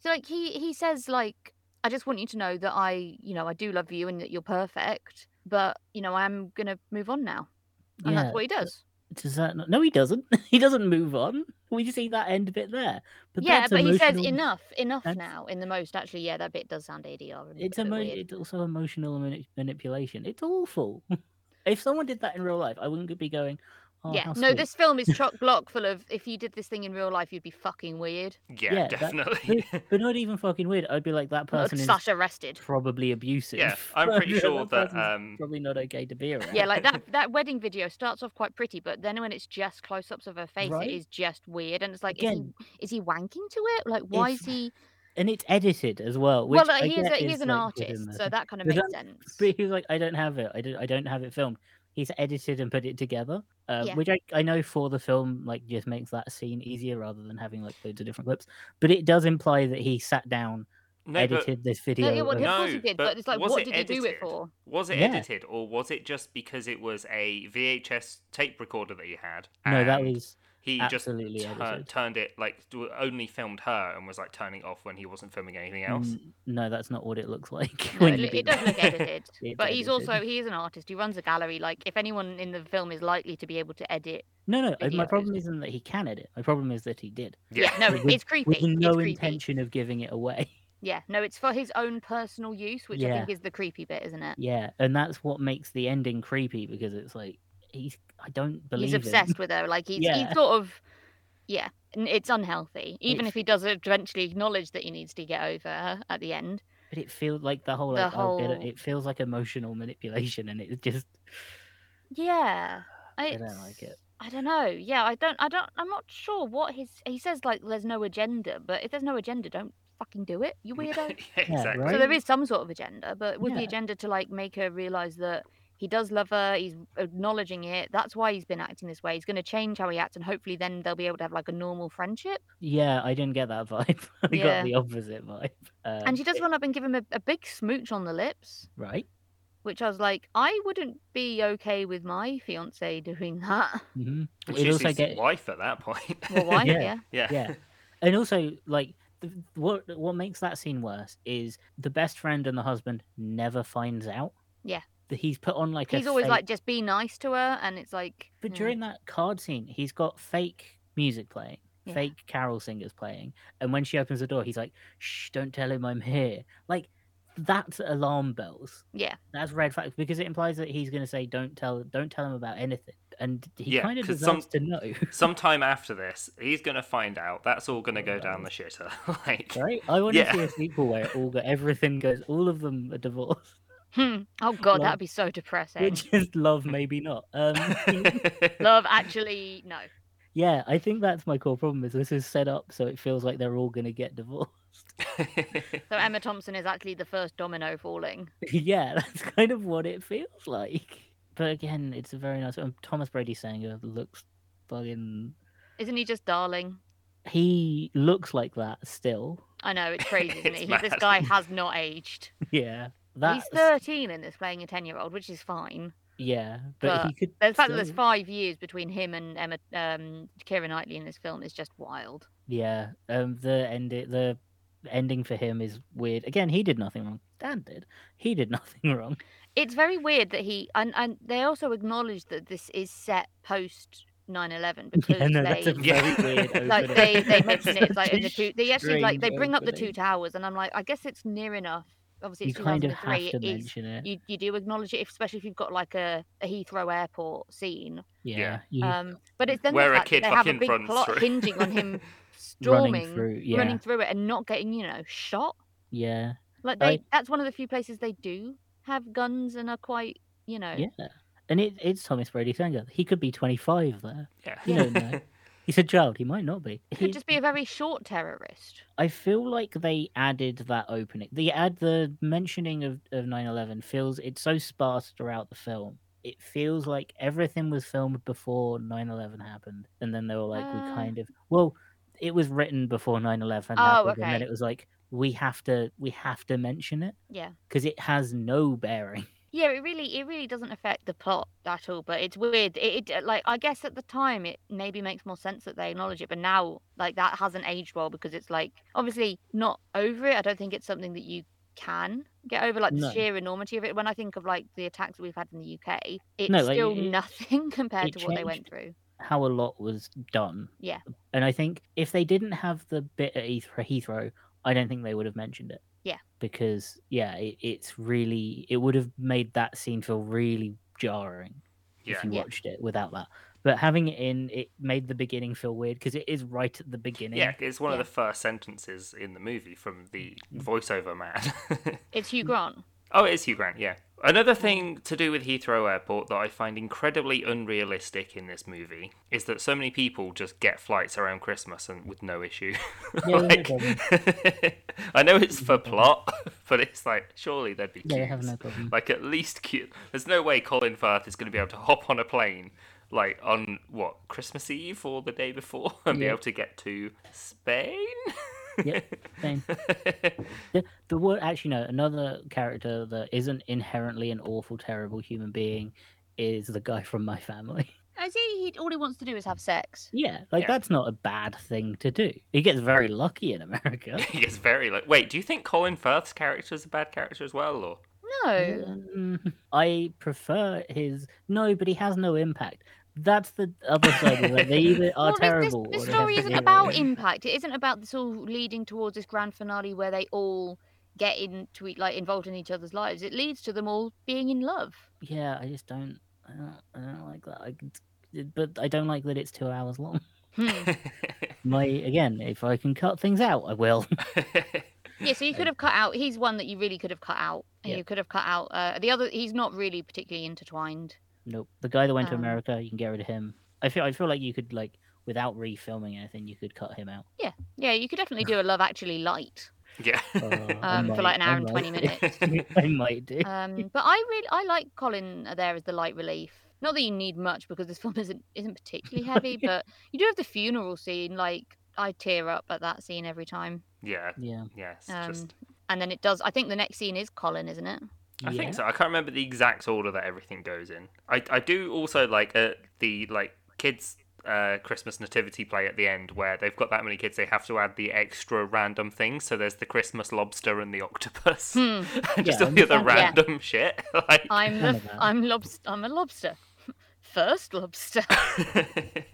[SPEAKER 3] so like he he says like i just want you to know that i you know i do love you and that you're perfect but you know i'm gonna move on now and
[SPEAKER 2] yeah.
[SPEAKER 3] that's what he does
[SPEAKER 2] Does that not... No, he doesn't. he doesn't move on. We just see that end bit there. But
[SPEAKER 3] yeah
[SPEAKER 2] that's
[SPEAKER 3] but he says
[SPEAKER 2] emotional-
[SPEAKER 3] enough enough
[SPEAKER 2] that's-
[SPEAKER 3] now in the most actually yeah that bit does sound adr and
[SPEAKER 2] It's
[SPEAKER 3] a bit
[SPEAKER 2] emo-
[SPEAKER 3] weird.
[SPEAKER 2] It's also emotional mani- manipulation. It's awful. if someone did that in real life, I wouldn't be going. Oh,
[SPEAKER 3] yeah
[SPEAKER 2] how
[SPEAKER 3] no
[SPEAKER 2] sweet."
[SPEAKER 3] this film is chock block full of if you did this thing in real life you'd be fucking weird
[SPEAKER 1] Yeah,
[SPEAKER 2] Yeah, that-
[SPEAKER 1] definitely.
[SPEAKER 2] But not even fucking weird. I'd be like that
[SPEAKER 3] Not
[SPEAKER 2] person is
[SPEAKER 3] slash arrested
[SPEAKER 2] probably abusive.
[SPEAKER 1] yeah, I'm
[SPEAKER 2] I'd
[SPEAKER 1] pretty
[SPEAKER 2] be like,
[SPEAKER 1] sure that
[SPEAKER 2] person's
[SPEAKER 1] um,
[SPEAKER 2] probably not okay to be around.
[SPEAKER 3] yeah like that that wedding video starts off quite pretty but then when it's just close-ups of her face
[SPEAKER 2] Right?
[SPEAKER 3] it is just weird and it's like
[SPEAKER 2] Again,
[SPEAKER 3] is, he, is he wanking to it like why
[SPEAKER 2] If-
[SPEAKER 3] is he
[SPEAKER 2] and it's edited as well. Which
[SPEAKER 3] Well,
[SPEAKER 2] I
[SPEAKER 3] like, he is,
[SPEAKER 2] get
[SPEAKER 3] a, he is an
[SPEAKER 2] like, within
[SPEAKER 3] artist,
[SPEAKER 2] the
[SPEAKER 3] so that kind of
[SPEAKER 2] But
[SPEAKER 3] makes
[SPEAKER 2] that-
[SPEAKER 3] sense.
[SPEAKER 2] But he was like, I don't have it. I don't. I don't have it filmed. He's edited and put it together, uh,
[SPEAKER 3] Yeah.
[SPEAKER 2] which I, I know for the film like just makes that scene easier rather than having like loads of different clips. But it does imply that he sat down,
[SPEAKER 1] no, but
[SPEAKER 2] edited this
[SPEAKER 3] No,
[SPEAKER 2] video.
[SPEAKER 3] yeah, well,
[SPEAKER 2] of-
[SPEAKER 3] of course he
[SPEAKER 1] No,
[SPEAKER 3] did,
[SPEAKER 1] but
[SPEAKER 3] but, it's like,
[SPEAKER 1] was
[SPEAKER 3] what
[SPEAKER 1] it
[SPEAKER 3] did he do it
[SPEAKER 1] edited?
[SPEAKER 3] for?
[SPEAKER 1] was it
[SPEAKER 2] Yeah.
[SPEAKER 1] edited or was it just because it was a VHS tape recorder that he had?
[SPEAKER 2] no, that
[SPEAKER 1] and
[SPEAKER 2] was
[SPEAKER 1] he just
[SPEAKER 2] absolutely
[SPEAKER 1] tu-
[SPEAKER 2] edited.
[SPEAKER 1] turned it like d- only filmed her and was like turning it off when he wasn't filming anything
[SPEAKER 2] Mm,
[SPEAKER 1] else.
[SPEAKER 2] N- No, that's not what it looks like.
[SPEAKER 3] No,
[SPEAKER 2] when
[SPEAKER 3] it,
[SPEAKER 2] you
[SPEAKER 3] lo-
[SPEAKER 2] do
[SPEAKER 3] it does
[SPEAKER 2] that.
[SPEAKER 3] look edited,
[SPEAKER 2] It's
[SPEAKER 3] but he's
[SPEAKER 2] edited.
[SPEAKER 3] also he is an artist. He runs a gallery. Like, if anyone in the film is likely to be able to edit,
[SPEAKER 2] no, no. uh, My
[SPEAKER 3] videos.
[SPEAKER 2] problem isn't that he can edit. My problem is that he did
[SPEAKER 3] yeah, no, it,
[SPEAKER 2] With-
[SPEAKER 3] it's creepy.
[SPEAKER 2] with no
[SPEAKER 3] it's creepy.
[SPEAKER 2] intention of giving it away.
[SPEAKER 3] Yeah, no, it's for his own personal use, which I
[SPEAKER 2] Yeah.
[SPEAKER 3] think is the creepy bit, isn't it?
[SPEAKER 2] Yeah, and that's what makes the ending creepy because it's like he's I don't believe
[SPEAKER 3] he's
[SPEAKER 2] him.
[SPEAKER 3] obsessed with her. Like he's
[SPEAKER 2] Yeah.
[SPEAKER 3] he's sort of yeah, n- it's unhealthy. Even
[SPEAKER 2] It-
[SPEAKER 3] if he does eventually acknowledge that he needs to get over her at the end.
[SPEAKER 2] But it feels like the whole
[SPEAKER 3] The
[SPEAKER 2] like oh, it,
[SPEAKER 3] whole-
[SPEAKER 2] it feels like emotional manipulation, and it's just
[SPEAKER 3] Yeah.
[SPEAKER 2] I don't like it.
[SPEAKER 3] I don't know. Yeah, I don't. I don't. I'm not sure what his. He says like there's no agenda, but if there's no agenda, don't fucking do it, you
[SPEAKER 1] yeah,
[SPEAKER 3] weirdo.
[SPEAKER 1] exactly.
[SPEAKER 2] right?
[SPEAKER 3] So there is some sort of agenda, but with the
[SPEAKER 2] Yeah.
[SPEAKER 3] agenda to like make her realize that he does love her. He's acknowledging it. That's why he's been acting this way. He's going to change how he acts, and hopefully then they'll be able to have like a normal friendship.
[SPEAKER 2] Yeah, I didn't get that vibe. I
[SPEAKER 3] Yeah.
[SPEAKER 2] got the opposite vibe. Um,
[SPEAKER 3] and she does
[SPEAKER 2] it-
[SPEAKER 3] run up and give him a, a big smooch on the lips,
[SPEAKER 2] right.
[SPEAKER 3] which I was like, I wouldn't be okay with my fiance doing that.
[SPEAKER 2] hmm
[SPEAKER 1] And
[SPEAKER 2] It
[SPEAKER 1] she's
[SPEAKER 2] also
[SPEAKER 1] his
[SPEAKER 2] get
[SPEAKER 1] wife at that point.
[SPEAKER 3] Well, why?
[SPEAKER 2] Yeah.
[SPEAKER 3] yeah.
[SPEAKER 1] yeah.
[SPEAKER 2] yeah, and also like th- what what makes that scene worse is the best friend and the husband never finds out.
[SPEAKER 3] Yeah.
[SPEAKER 2] that he's put on like a
[SPEAKER 3] He's always
[SPEAKER 2] fake-
[SPEAKER 3] like, just be nice to her, and it's like.
[SPEAKER 2] But
[SPEAKER 3] mm.
[SPEAKER 2] during that card scene, he's got fake music playing,
[SPEAKER 3] Yeah.
[SPEAKER 2] fake carol singers playing, and when she opens the door, he's like, "Shh, don't tell him I'm here." Like, that's alarm bells.
[SPEAKER 3] Yeah.
[SPEAKER 2] That's red flags because it implies that he's going to say, "Don't tell, don't tell him about anything," and he
[SPEAKER 1] Yeah,
[SPEAKER 2] kind of
[SPEAKER 1] 'cause
[SPEAKER 2] deserves
[SPEAKER 1] some-
[SPEAKER 2] to know,
[SPEAKER 1] Sometime after this, he's gonna find out. That's all gonna go
[SPEAKER 2] Oh,
[SPEAKER 1] down the shitter. like,
[SPEAKER 2] right? I want to
[SPEAKER 1] Yeah.
[SPEAKER 2] see a sequel where it all go, everything goes, all of them are divorced,
[SPEAKER 3] Hmm. Oh god,
[SPEAKER 2] Love-
[SPEAKER 3] that'd be so depressing.
[SPEAKER 2] which is love, maybe not. Um,
[SPEAKER 3] Love actually no.
[SPEAKER 2] yeah, I think that's my core problem. Is this is set up so it feels like they're all going to get divorced.
[SPEAKER 3] So Emma Thompson is actually the first domino falling.
[SPEAKER 2] yeah, that's kind of what it feels like. But again, it's a very nice. Um, Thomas Brady Sanger looks fucking.
[SPEAKER 3] Isn't he just darling?
[SPEAKER 2] He looks like that still.
[SPEAKER 3] I know it's crazy, isn't
[SPEAKER 1] It's
[SPEAKER 3] it? He- This
[SPEAKER 1] mad.
[SPEAKER 3] guy has not aged.
[SPEAKER 2] Yeah, That's
[SPEAKER 3] He's 13 in this, playing a 10 year old, which is fine.
[SPEAKER 2] yeah, but,
[SPEAKER 3] but
[SPEAKER 2] he could.
[SPEAKER 3] The fact that there's
[SPEAKER 2] still-
[SPEAKER 3] five years between him and Emma, um, Kira Knightley in this film is just wild.
[SPEAKER 2] Yeah, um, the end the ending for him is weird. Again, he did nothing wrong. Dan did. He did nothing wrong.
[SPEAKER 3] It's very weird that he and and they also acknowledge that this is set post 9/11 because
[SPEAKER 2] Yeah, no, that's a
[SPEAKER 3] they.
[SPEAKER 1] Yeah.
[SPEAKER 2] very weird. Opening.
[SPEAKER 3] Like they, they
[SPEAKER 1] That's
[SPEAKER 3] mention it like in the
[SPEAKER 2] Such a
[SPEAKER 3] two they actually like they
[SPEAKER 2] strange
[SPEAKER 3] bring up the two
[SPEAKER 2] opening.
[SPEAKER 3] towers and I'm like I guess it's near enough. Obviously
[SPEAKER 2] You
[SPEAKER 3] it's
[SPEAKER 2] kind of have
[SPEAKER 3] 2003.
[SPEAKER 2] to
[SPEAKER 3] it is
[SPEAKER 2] mention it.
[SPEAKER 3] you, you do acknowledge it, if- especially if you've got like a, a Heathrow airport scene.
[SPEAKER 2] yeah, you
[SPEAKER 3] Um, but it's then
[SPEAKER 1] Where
[SPEAKER 3] the
[SPEAKER 1] a
[SPEAKER 3] fact that
[SPEAKER 1] kid
[SPEAKER 3] they have a
[SPEAKER 1] fucking
[SPEAKER 3] big
[SPEAKER 1] runs
[SPEAKER 3] plot
[SPEAKER 1] through.
[SPEAKER 3] hinging on him
[SPEAKER 2] running
[SPEAKER 3] storming, running
[SPEAKER 2] through. Yeah,
[SPEAKER 3] through it, and not getting you know shot.
[SPEAKER 2] yeah,
[SPEAKER 3] Like they,
[SPEAKER 2] I-
[SPEAKER 3] that's one of the few places they do have guns and are quite you know.
[SPEAKER 2] yeah. And it, it's Thomas Brady Sanger. He could be 25 there.
[SPEAKER 1] yeah.
[SPEAKER 2] You don't know. He's a child. He might not be.
[SPEAKER 3] Could
[SPEAKER 2] He-
[SPEAKER 3] just be a very short terrorist.
[SPEAKER 2] I feel like they added that opening. The ad, the mentioning of of nine eleven feels it's so sparse throughout the film. It feels like everything was filmed before 9-11 happened, and then they were like, "We
[SPEAKER 3] Uh.
[SPEAKER 2] kind of well, it was written before 9-11 happened,
[SPEAKER 3] Oh,
[SPEAKER 2] and then
[SPEAKER 3] okay.
[SPEAKER 2] it was like we have to we have to mention it
[SPEAKER 3] Yeah.
[SPEAKER 2] because it has no bearing."
[SPEAKER 3] Yeah, it really it really doesn't affect the plot at all, but it's weird. It, it like I guess at the time it maybe makes more sense that they acknowledge it, but now like that hasn't aged well because it's like obviously not over it. I don't think it's something that you can get over, like the
[SPEAKER 2] No.
[SPEAKER 3] sheer enormity of it. When I think of like the attacks that we've had in the UK, it's
[SPEAKER 2] No, like,
[SPEAKER 3] still
[SPEAKER 2] it-
[SPEAKER 3] nothing compared
[SPEAKER 2] it
[SPEAKER 3] to what they went
[SPEAKER 2] changed.
[SPEAKER 3] through.
[SPEAKER 2] How a lot was done,
[SPEAKER 3] Yeah.
[SPEAKER 2] And I think if they didn't have the bit at Heath- Heathrow, I don't think they would have mentioned it.
[SPEAKER 3] Yeah.
[SPEAKER 2] Because yeah, it, it's really it would have made that scene feel really jarring
[SPEAKER 1] Yeah.
[SPEAKER 2] if you
[SPEAKER 3] Yeah.
[SPEAKER 2] watched it without that. But having it in, it made the beginning feel weird because it is right at the beginning.
[SPEAKER 1] Yeah, it's one
[SPEAKER 3] Yeah.
[SPEAKER 1] of the first sentences in the movie from the
[SPEAKER 2] Mm.
[SPEAKER 1] voiceover man.
[SPEAKER 3] It's Hugh Grant.
[SPEAKER 1] oh, it is Hugh Grant, yeah. Another thing to do with Heathrow Airport that I find incredibly unrealistic in this movie is that so many people just get flights around Christmas and with no issue.
[SPEAKER 2] no
[SPEAKER 1] Like- I know it's for plot, but it's like surely there'd be
[SPEAKER 2] Yeah, they
[SPEAKER 1] queues.
[SPEAKER 2] have no problem.
[SPEAKER 1] Like at least queue. There's no way Colin Firth is going to be able to hop on a plane like on what Christmas Eve or the day before and be
[SPEAKER 2] Yeah.
[SPEAKER 1] able to get to Spain.
[SPEAKER 2] Yep, Spain. The, the word actually no, another character that isn't inherently an awful, terrible human being is the guy from my family.
[SPEAKER 3] I see he all he wants to do is have sex.
[SPEAKER 2] Yeah, like
[SPEAKER 1] Yeah.
[SPEAKER 2] that's not a bad thing to do. He gets very lucky in America.
[SPEAKER 1] he gets very like. Wait, do you think Colin Firth's character is a bad character as well, or
[SPEAKER 3] No.
[SPEAKER 2] Mm, I prefer his no, but he has no impact. That's the other side of it. They either are
[SPEAKER 3] Well, this-
[SPEAKER 2] terrible.
[SPEAKER 3] This,
[SPEAKER 2] or
[SPEAKER 3] this
[SPEAKER 2] they have
[SPEAKER 3] story isn't
[SPEAKER 2] zero.
[SPEAKER 3] about impact. It isn't about this all leading towards this grand finale where they all get into e- like involved in each other's lives. It leads to them all being in love.
[SPEAKER 2] Yeah, I just don't. I don't, I don't like that. I, could- but I don't like that it's two hours long.
[SPEAKER 3] Hmm.
[SPEAKER 2] My again, if I can cut things out, I will.
[SPEAKER 3] yeah, so you could have cut out. He's one that you really could have cut out. and
[SPEAKER 2] Yeah.
[SPEAKER 3] You could have cut out uh, the other. He's not really particularly intertwined.
[SPEAKER 2] nope. The guy that went to
[SPEAKER 3] Um,
[SPEAKER 2] America, you can get rid of him. I feel. I feel like you could like without refilming anything, you could cut him out
[SPEAKER 3] Yeah, you could definitely do a Love Actually light
[SPEAKER 1] yeah.
[SPEAKER 2] uh, I
[SPEAKER 3] um, for
[SPEAKER 2] might-
[SPEAKER 3] like an
[SPEAKER 2] I
[SPEAKER 3] hour and
[SPEAKER 2] might
[SPEAKER 3] twenty
[SPEAKER 2] do.
[SPEAKER 3] minutes.
[SPEAKER 2] I might do.
[SPEAKER 3] Um, but I really I like Colin there as the light relief. Not that you need much because this film isn't isn't particularly heavy, but you do have the funeral scene. Like I tear up at that scene every time.
[SPEAKER 1] yeah,
[SPEAKER 2] yeah.
[SPEAKER 1] yeah, it's
[SPEAKER 3] Um,
[SPEAKER 1] just.
[SPEAKER 3] and then it does. I think the next scene is Colin, isn't it?
[SPEAKER 1] I
[SPEAKER 2] Yeah.
[SPEAKER 1] think so. I can't remember the exact order that everything goes in. I, I do also like uh, the like kids uh, Christmas nativity play at the end where they've got that many kids they have to add the extra random things. So there's the Christmas lobster and the octopus
[SPEAKER 3] Hmm.
[SPEAKER 1] and just
[SPEAKER 2] Yeah,
[SPEAKER 1] all the
[SPEAKER 2] and
[SPEAKER 1] other
[SPEAKER 3] some- yeah.
[SPEAKER 1] random shit. Like
[SPEAKER 3] I'm
[SPEAKER 2] None
[SPEAKER 3] the,
[SPEAKER 2] of that.
[SPEAKER 3] I'm lobster. I'm a lobster. First lobster.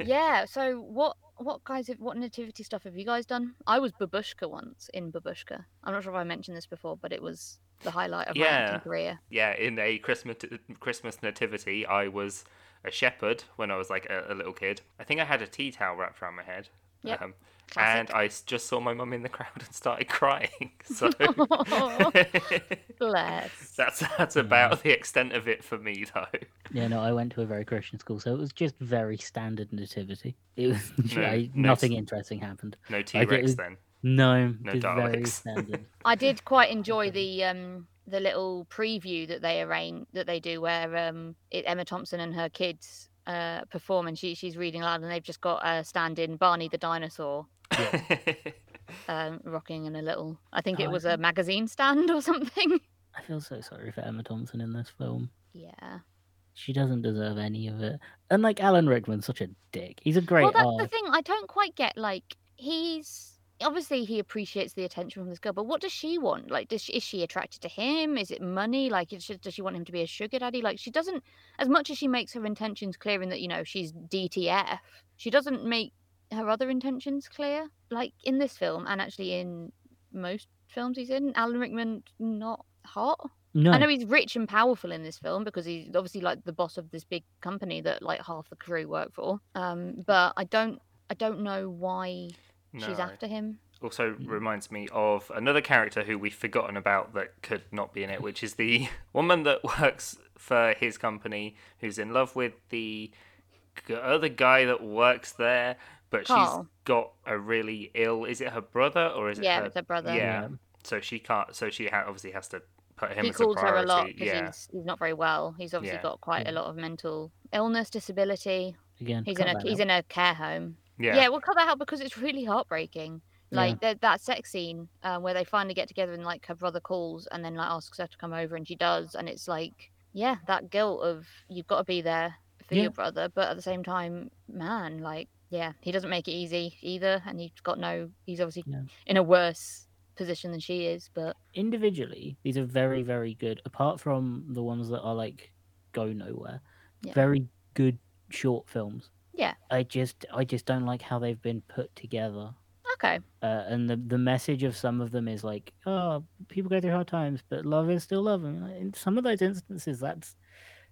[SPEAKER 3] yeah. So what what guys have what nativity stuff have you guys done? I was babushka once in babushka. I'm not sure if I mentioned this before, but it was the highlight of my
[SPEAKER 1] Yeah.
[SPEAKER 3] acting career.
[SPEAKER 1] yeah, in a Christmas Christmas nativity, I was a shepherd when I was like a, a little kid. I think I had a tea towel wrapped around my head.
[SPEAKER 3] Yep.
[SPEAKER 1] Um,
[SPEAKER 3] Classic.
[SPEAKER 1] and I s- just saw my mum in the crowd and started crying. So
[SPEAKER 3] Oh. Bless.
[SPEAKER 1] That's that's about the extent of it for me though.
[SPEAKER 2] Yeah, no, I went to a very Christian school, so it was just very standard nativity. It was
[SPEAKER 1] No-
[SPEAKER 2] I-
[SPEAKER 1] no
[SPEAKER 2] nothing
[SPEAKER 1] s-
[SPEAKER 2] interesting happened.
[SPEAKER 1] No T Rex
[SPEAKER 2] was-
[SPEAKER 1] then.
[SPEAKER 2] No,
[SPEAKER 1] No
[SPEAKER 2] just very
[SPEAKER 1] Daleks.
[SPEAKER 2] standard.
[SPEAKER 3] I did quite enjoy the um the little preview that they arrange that they do where um it, Emma Thompson and her kids uh perform and she she's reading aloud and they've just got uh, stand in Barney the dinosaur um rocking in a little I think
[SPEAKER 2] Oh,
[SPEAKER 3] it
[SPEAKER 2] I
[SPEAKER 3] was a magazine stand or something
[SPEAKER 2] I feel so sorry for Emma Thompson in this film.
[SPEAKER 3] Yeah.
[SPEAKER 2] She doesn't deserve any of it. And like Alan Rickman's such a dick. He's a great
[SPEAKER 3] well, that's the
[SPEAKER 2] artist.
[SPEAKER 3] thing. I don't quite get. Like, he's obviously he appreciates the attention from this girl, but what does she want? Like, does she, is she attracted to him? Is it money? Like, is she, does she want him to be a sugar daddy? Like, she doesn't. As much as she makes her intentions clear in that you know she's DTF, she doesn't make her other intentions clear. Like in this film, and actually in most films he's in, Alan Rickman not hot.
[SPEAKER 2] No,
[SPEAKER 3] I know he's rich and powerful in this film because he's obviously like the boss of this big company that like half the crew work for. Um, but I don't, I don't know why
[SPEAKER 1] No.
[SPEAKER 3] she's after him.
[SPEAKER 1] Also reminds me of another character who we've forgotten about that could not be in it, which is the woman that works for his company who's in love with the g- other guy that works there, but
[SPEAKER 3] Carl.
[SPEAKER 1] she's got a really ill. Is it her brother or is it
[SPEAKER 3] Yeah,
[SPEAKER 1] her?
[SPEAKER 3] it's her brother.
[SPEAKER 1] yeah. So she can't. So she ha- obviously has to put him
[SPEAKER 3] he
[SPEAKER 1] as
[SPEAKER 3] calls
[SPEAKER 1] a
[SPEAKER 3] her
[SPEAKER 1] priority.
[SPEAKER 3] a lot because
[SPEAKER 1] yeah.
[SPEAKER 3] he's, he's not very well. He's obviously
[SPEAKER 1] Yeah. Mm.
[SPEAKER 3] got quite a lot of mental illness, disability.
[SPEAKER 2] again,
[SPEAKER 3] He's
[SPEAKER 2] cut
[SPEAKER 3] in a
[SPEAKER 2] that
[SPEAKER 3] he's
[SPEAKER 2] out.
[SPEAKER 3] in a care home.
[SPEAKER 1] yeah.
[SPEAKER 3] yeah we'll cut that out because it's really heartbreaking
[SPEAKER 2] Yeah.
[SPEAKER 3] like that that sex scene uh, where they finally get together and like her brother calls and then like asks her to come over and she does and it's like yeah that guilt of you've got to be there for
[SPEAKER 2] Yeah.
[SPEAKER 3] your brother but at the same time man like yeah he doesn't make it easy either and he's got no he's obviously
[SPEAKER 2] Yeah.
[SPEAKER 3] in a worse position than she is but
[SPEAKER 2] individually, these are
[SPEAKER 3] Mm.
[SPEAKER 2] very, very good. Apart from the ones that are like go nowhere,
[SPEAKER 3] Yeah.
[SPEAKER 2] very good short films.
[SPEAKER 3] Yeah.
[SPEAKER 2] I just, I just don't like how they've been put together.
[SPEAKER 3] okay
[SPEAKER 2] Uh, and the the message of some of them is like, oh, people go through hard times, but love is still love. And like, in some of those instances, that's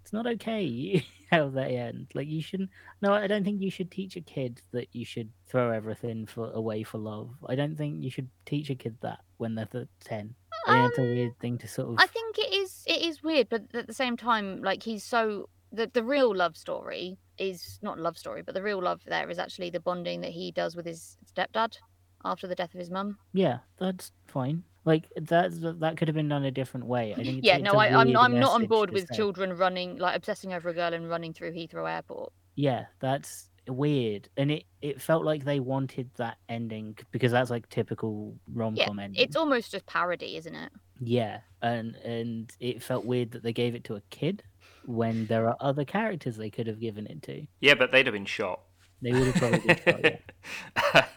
[SPEAKER 2] it's not okay how they end. Like you shouldn't. No, I don't think you should teach a kid that you should throw everything for away for love. I don't think you should teach a kid that when they're th- ten. I think it's a
[SPEAKER 3] Um,
[SPEAKER 2] weird thing to sort of.
[SPEAKER 3] I think it is it is weird, but at the same time, like he's so the the real love story is not love story, but the real love there is actually the bonding that he does with his stepdad after the death of his mum.
[SPEAKER 2] Yeah, that's fine. Like that that could have been done a different way. I think. It's,
[SPEAKER 3] Yeah,
[SPEAKER 2] it's
[SPEAKER 3] no,
[SPEAKER 2] a
[SPEAKER 3] I, I'm
[SPEAKER 2] weird
[SPEAKER 3] I'm not on
[SPEAKER 2] message
[SPEAKER 3] board
[SPEAKER 2] to
[SPEAKER 3] with
[SPEAKER 2] send.
[SPEAKER 3] children running like obsessing over a girl and running through Heathrow Airport.
[SPEAKER 2] Yeah, that's weird, and it it felt like they wanted that ending c- because that's like typical rom com ending.
[SPEAKER 3] It's almost just parody, isn't it?
[SPEAKER 2] Yeah, and and it felt weird that they gave it to a kid when there are other characters they could have given it to.
[SPEAKER 1] Yeah, but they'd have been shot.
[SPEAKER 2] They would have probably tried, yeah.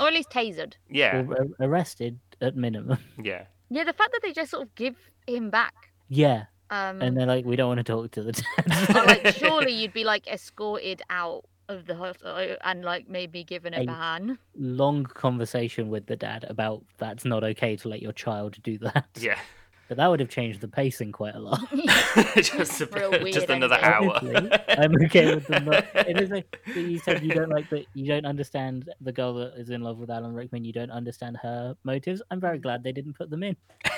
[SPEAKER 3] Or at least tasered.
[SPEAKER 1] yeah.
[SPEAKER 2] Or a- arrested at minimum.
[SPEAKER 1] Yeah.
[SPEAKER 3] Yeah, the fact that they just sort of give him back.
[SPEAKER 2] yeah,
[SPEAKER 3] Um,
[SPEAKER 2] and they're like, we don't want to talk to the dad.
[SPEAKER 3] But like, surely you'd be like escorted out of the hospital and like maybe given a
[SPEAKER 2] And-
[SPEAKER 3] ban.
[SPEAKER 2] long conversation with the dad about that's not okay to let your child do that.
[SPEAKER 1] Yeah.
[SPEAKER 2] But that would have changed the pacing quite a lot.
[SPEAKER 1] just a
[SPEAKER 3] Real
[SPEAKER 1] bit-
[SPEAKER 3] weird
[SPEAKER 1] just another
[SPEAKER 3] ending.
[SPEAKER 1] hour.
[SPEAKER 2] Honestly, I'm okay with them not. It is like but you said you don't like that you don't understand the girl that is in love with Alan Rickman, you don't understand her motives. I'm very glad they didn't put them in.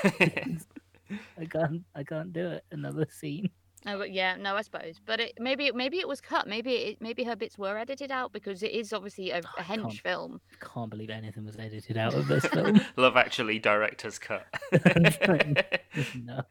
[SPEAKER 2] I can't I can't do it. Another scene.
[SPEAKER 3] Oh, but yeah, no, I suppose. But it, maybe it, maybe it was cut. Maybe it, maybe her bits were edited out because it is obviously a,
[SPEAKER 1] Oh,
[SPEAKER 3] a
[SPEAKER 2] can't-
[SPEAKER 3] hench film.
[SPEAKER 2] Can't believe anything was edited out of this film.
[SPEAKER 1] Love Actually director's cut.
[SPEAKER 2] no.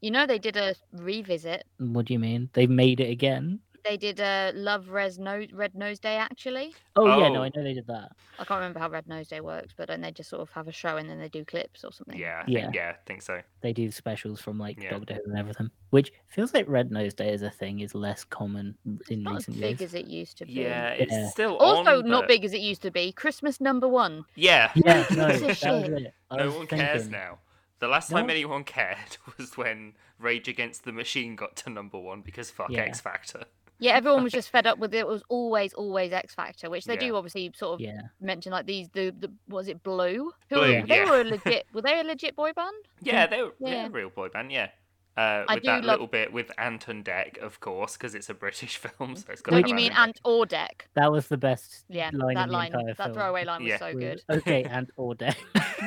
[SPEAKER 3] You know, they did a revisit.
[SPEAKER 2] What do you mean? They made it again?
[SPEAKER 3] They did a Love Res no- Red Nose Day actually.
[SPEAKER 2] Oh, yeah, no,
[SPEAKER 1] Oh.
[SPEAKER 2] I know they did that.
[SPEAKER 3] I can't remember how Red Nose Day works, but then they just sort of have a show and then they do clips or something.
[SPEAKER 1] yeah, I
[SPEAKER 2] Yeah.
[SPEAKER 1] think, yeah, I think so.
[SPEAKER 2] They do specials from like
[SPEAKER 1] Yeah.
[SPEAKER 2] Doctor Who and everything, which feels like Red Nose Day as a thing is less common in
[SPEAKER 3] not as
[SPEAKER 2] recent
[SPEAKER 3] big
[SPEAKER 2] years.
[SPEAKER 3] as it used to be.
[SPEAKER 1] Yeah, it's
[SPEAKER 2] Yeah.
[SPEAKER 1] still
[SPEAKER 3] Also,
[SPEAKER 1] on,
[SPEAKER 3] not
[SPEAKER 1] but-
[SPEAKER 3] big as it used to be. Christmas number one.
[SPEAKER 1] Yeah,
[SPEAKER 2] Yeah,
[SPEAKER 3] Piece
[SPEAKER 2] no,
[SPEAKER 3] of
[SPEAKER 2] that was
[SPEAKER 3] shit.
[SPEAKER 2] it. I
[SPEAKER 1] no
[SPEAKER 2] was
[SPEAKER 1] one cares
[SPEAKER 2] thinking-
[SPEAKER 1] now. The last
[SPEAKER 2] No
[SPEAKER 1] time
[SPEAKER 2] one-
[SPEAKER 1] anyone cared was when Rage Against the Machine got to number one because fuck
[SPEAKER 2] Yeah.
[SPEAKER 1] X Factor.
[SPEAKER 3] Yeah, everyone was just fed up with it. It was always, always X Factor, which they
[SPEAKER 1] Yeah.
[SPEAKER 3] do obviously sort of
[SPEAKER 2] Yeah,
[SPEAKER 3] mention. Like these, the, the was it Blue? Who
[SPEAKER 1] Blue,
[SPEAKER 3] they
[SPEAKER 1] yeah.
[SPEAKER 3] were a legit. Were they a legit boy band?
[SPEAKER 1] Yeah, they were yeah.
[SPEAKER 3] Yeah.
[SPEAKER 1] a real boy band. Yeah. Uh,
[SPEAKER 3] I
[SPEAKER 1] with
[SPEAKER 3] do
[SPEAKER 1] that
[SPEAKER 3] love-
[SPEAKER 1] little bit with Anton Deck, of course, because it's a British film, so it's got.
[SPEAKER 3] No,
[SPEAKER 1] to
[SPEAKER 2] Don't
[SPEAKER 3] you
[SPEAKER 1] have
[SPEAKER 3] mean
[SPEAKER 1] Anton
[SPEAKER 3] Ant or Deck?
[SPEAKER 2] that was the best
[SPEAKER 3] Yeah,
[SPEAKER 2] line in
[SPEAKER 3] that
[SPEAKER 2] the
[SPEAKER 3] line,
[SPEAKER 2] entire
[SPEAKER 3] that
[SPEAKER 2] film.
[SPEAKER 3] throwaway line was
[SPEAKER 1] Yeah.
[SPEAKER 3] so
[SPEAKER 2] We were-
[SPEAKER 3] good.
[SPEAKER 2] okay, and all day.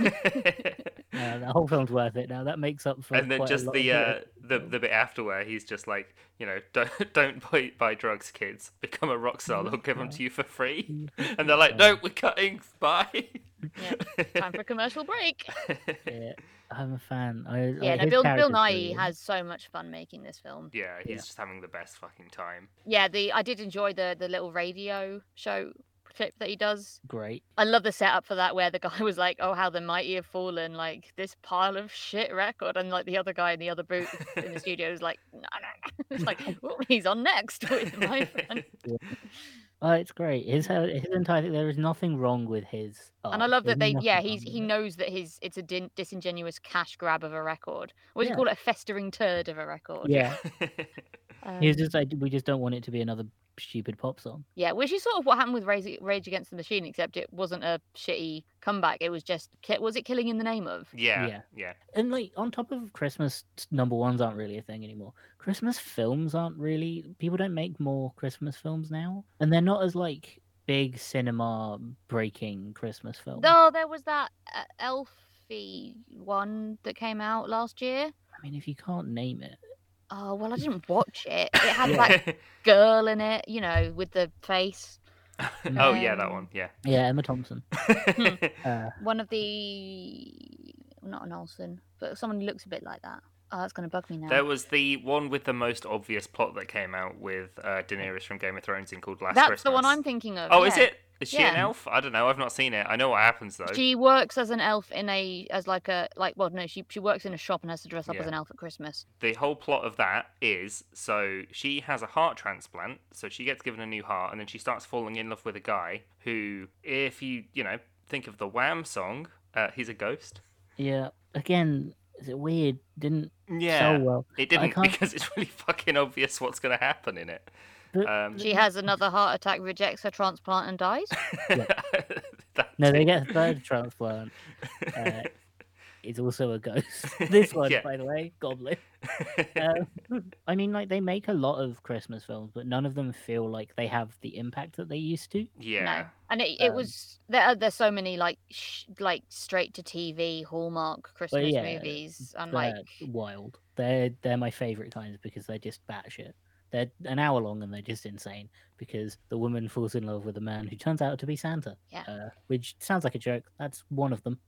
[SPEAKER 1] Deck.
[SPEAKER 2] Uh, the whole film's worth it now. That makes up for.
[SPEAKER 1] and then
[SPEAKER 2] quite a
[SPEAKER 1] just
[SPEAKER 2] lot
[SPEAKER 1] the
[SPEAKER 2] of
[SPEAKER 1] uh,
[SPEAKER 2] it.
[SPEAKER 1] the the bit after where he's just like, you know, don't don't buy, buy drugs, kids. Become a rock star. They'll give them to you for free. And they're like, no, we're cutting. Bye.
[SPEAKER 3] Time for a commercial break.
[SPEAKER 2] Yeah, I'm a fan. I,
[SPEAKER 3] Yeah,
[SPEAKER 2] like,
[SPEAKER 3] no,
[SPEAKER 2] his
[SPEAKER 3] Bill, Bill
[SPEAKER 2] character's
[SPEAKER 3] Nye
[SPEAKER 2] brilliant.
[SPEAKER 3] has so much fun making this film.
[SPEAKER 1] yeah, he's
[SPEAKER 2] Yeah.
[SPEAKER 1] just having the best fucking time.
[SPEAKER 3] Yeah, the I did enjoy the the little radio show flip that he does.
[SPEAKER 2] Great.
[SPEAKER 3] I love the setup for that, where the guy was like, "Oh, how the mighty have fallen! Like this pile of shit record," and like the other guy in the other booth in the studio is like, "No, no, no. It's like "Well, he's on next with my friend.
[SPEAKER 2] Oh, it's great. His his entire thing, there is nothing wrong with his.
[SPEAKER 3] And I
[SPEAKER 2] art.
[SPEAKER 3] love that
[SPEAKER 2] Oh, There's
[SPEAKER 3] they, yeah,
[SPEAKER 2] nothing
[SPEAKER 3] he's
[SPEAKER 2] wrong
[SPEAKER 3] he
[SPEAKER 2] with it.
[SPEAKER 3] knows that his it's a din- disingenuous cash grab of a record. What do
[SPEAKER 2] Yeah.
[SPEAKER 3] you call it? A festering turd of a record.
[SPEAKER 2] Yeah,
[SPEAKER 3] Um,
[SPEAKER 2] he's just like we just don't want it to be another stupid pop song.
[SPEAKER 3] yeah, which is sort of what happened with Rage, Rage Against the Machine, except it wasn't a shitty comeback. It was just, ki- was it Killing in the Name of?
[SPEAKER 1] yeah,
[SPEAKER 2] Yeah.
[SPEAKER 1] yeah.
[SPEAKER 2] And like on top of Christmas s- number ones aren't really a thing anymore. Christmas films aren't really people don't make more Christmas films now, and they're not as like big cinema breaking Christmas
[SPEAKER 1] Um,
[SPEAKER 2] films.
[SPEAKER 3] No, there was that uh, Elfie one that came out last year.
[SPEAKER 2] I mean, if you can't name it,
[SPEAKER 3] Oh, well, I didn't watch it. It had
[SPEAKER 2] Yeah.
[SPEAKER 3] that girl in it, you know, with the face.
[SPEAKER 1] oh yeah, that
[SPEAKER 3] Um,
[SPEAKER 1] one. Yeah.
[SPEAKER 2] yeah, Emma Thompson.
[SPEAKER 3] Hmm.
[SPEAKER 2] Uh,
[SPEAKER 3] One of the, not an Olsen, but someone who looks a bit like that. Oh, that's going to bug me now.
[SPEAKER 1] there was the one with the most obvious plot that came out with uh, Daenerys from Game of Thrones in called Last
[SPEAKER 3] that's
[SPEAKER 1] Christmas.
[SPEAKER 3] the one I'm thinking of.
[SPEAKER 1] Oh, is
[SPEAKER 3] yeah.
[SPEAKER 1] it? Oh. Is she an
[SPEAKER 3] Yeah.
[SPEAKER 1] elf? I don't know. I've not seen it. I know what happens though.
[SPEAKER 3] She works as an elf in a as like a like well no she she works in a shop and has to dress up
[SPEAKER 1] Yeah.
[SPEAKER 3] as an elf at Christmas.
[SPEAKER 1] the whole plot of that is so she has a heart transplant, so she gets given a new heart, and then she starts falling in love with a guy who, if you you know think of the Wham song, uh, he's a ghost.
[SPEAKER 2] yeah, again, is it weird? Didn't
[SPEAKER 1] Yeah,
[SPEAKER 2] sell well.
[SPEAKER 1] it didn't
[SPEAKER 2] can't-
[SPEAKER 1] because it's really fucking obvious what's going to happen in it.
[SPEAKER 2] But-
[SPEAKER 1] Um,
[SPEAKER 3] She has another heart attack, rejects her transplant, and dies.
[SPEAKER 1] that
[SPEAKER 2] No, they
[SPEAKER 1] too.
[SPEAKER 2] get a third transplant. Uh, it's also a ghost. This one,
[SPEAKER 1] Yeah.
[SPEAKER 2] by the way, Goblin.
[SPEAKER 3] Uh,
[SPEAKER 2] Um, I mean, like they make a lot of Christmas films, but none of them feel like they have the impact that they used to.
[SPEAKER 1] yeah,
[SPEAKER 3] And it, it
[SPEAKER 2] Um,
[SPEAKER 3] was there. Are, there's so many like sh- like straight to TV Hallmark Christmas
[SPEAKER 2] yeah,
[SPEAKER 3] movies and
[SPEAKER 2] They're
[SPEAKER 3] like
[SPEAKER 2] wild. They're they're my favorite kinds because they're just batshit. They're an hour long and they're just insane because the woman falls in love with a man who turns out to be Santa.
[SPEAKER 3] Yeah.
[SPEAKER 2] Uh, which sounds like a joke. That's one of them.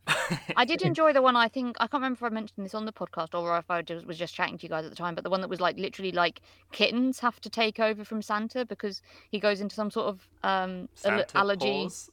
[SPEAKER 3] I did enjoy the one I think I can't remember if I mentioned this on the podcast or if I just, was just chatting to you guys at the time, but the one that was like literally like kittens have to take over from Santa because he goes into some sort of um al-
[SPEAKER 1] Santa
[SPEAKER 3] allergy
[SPEAKER 1] paws.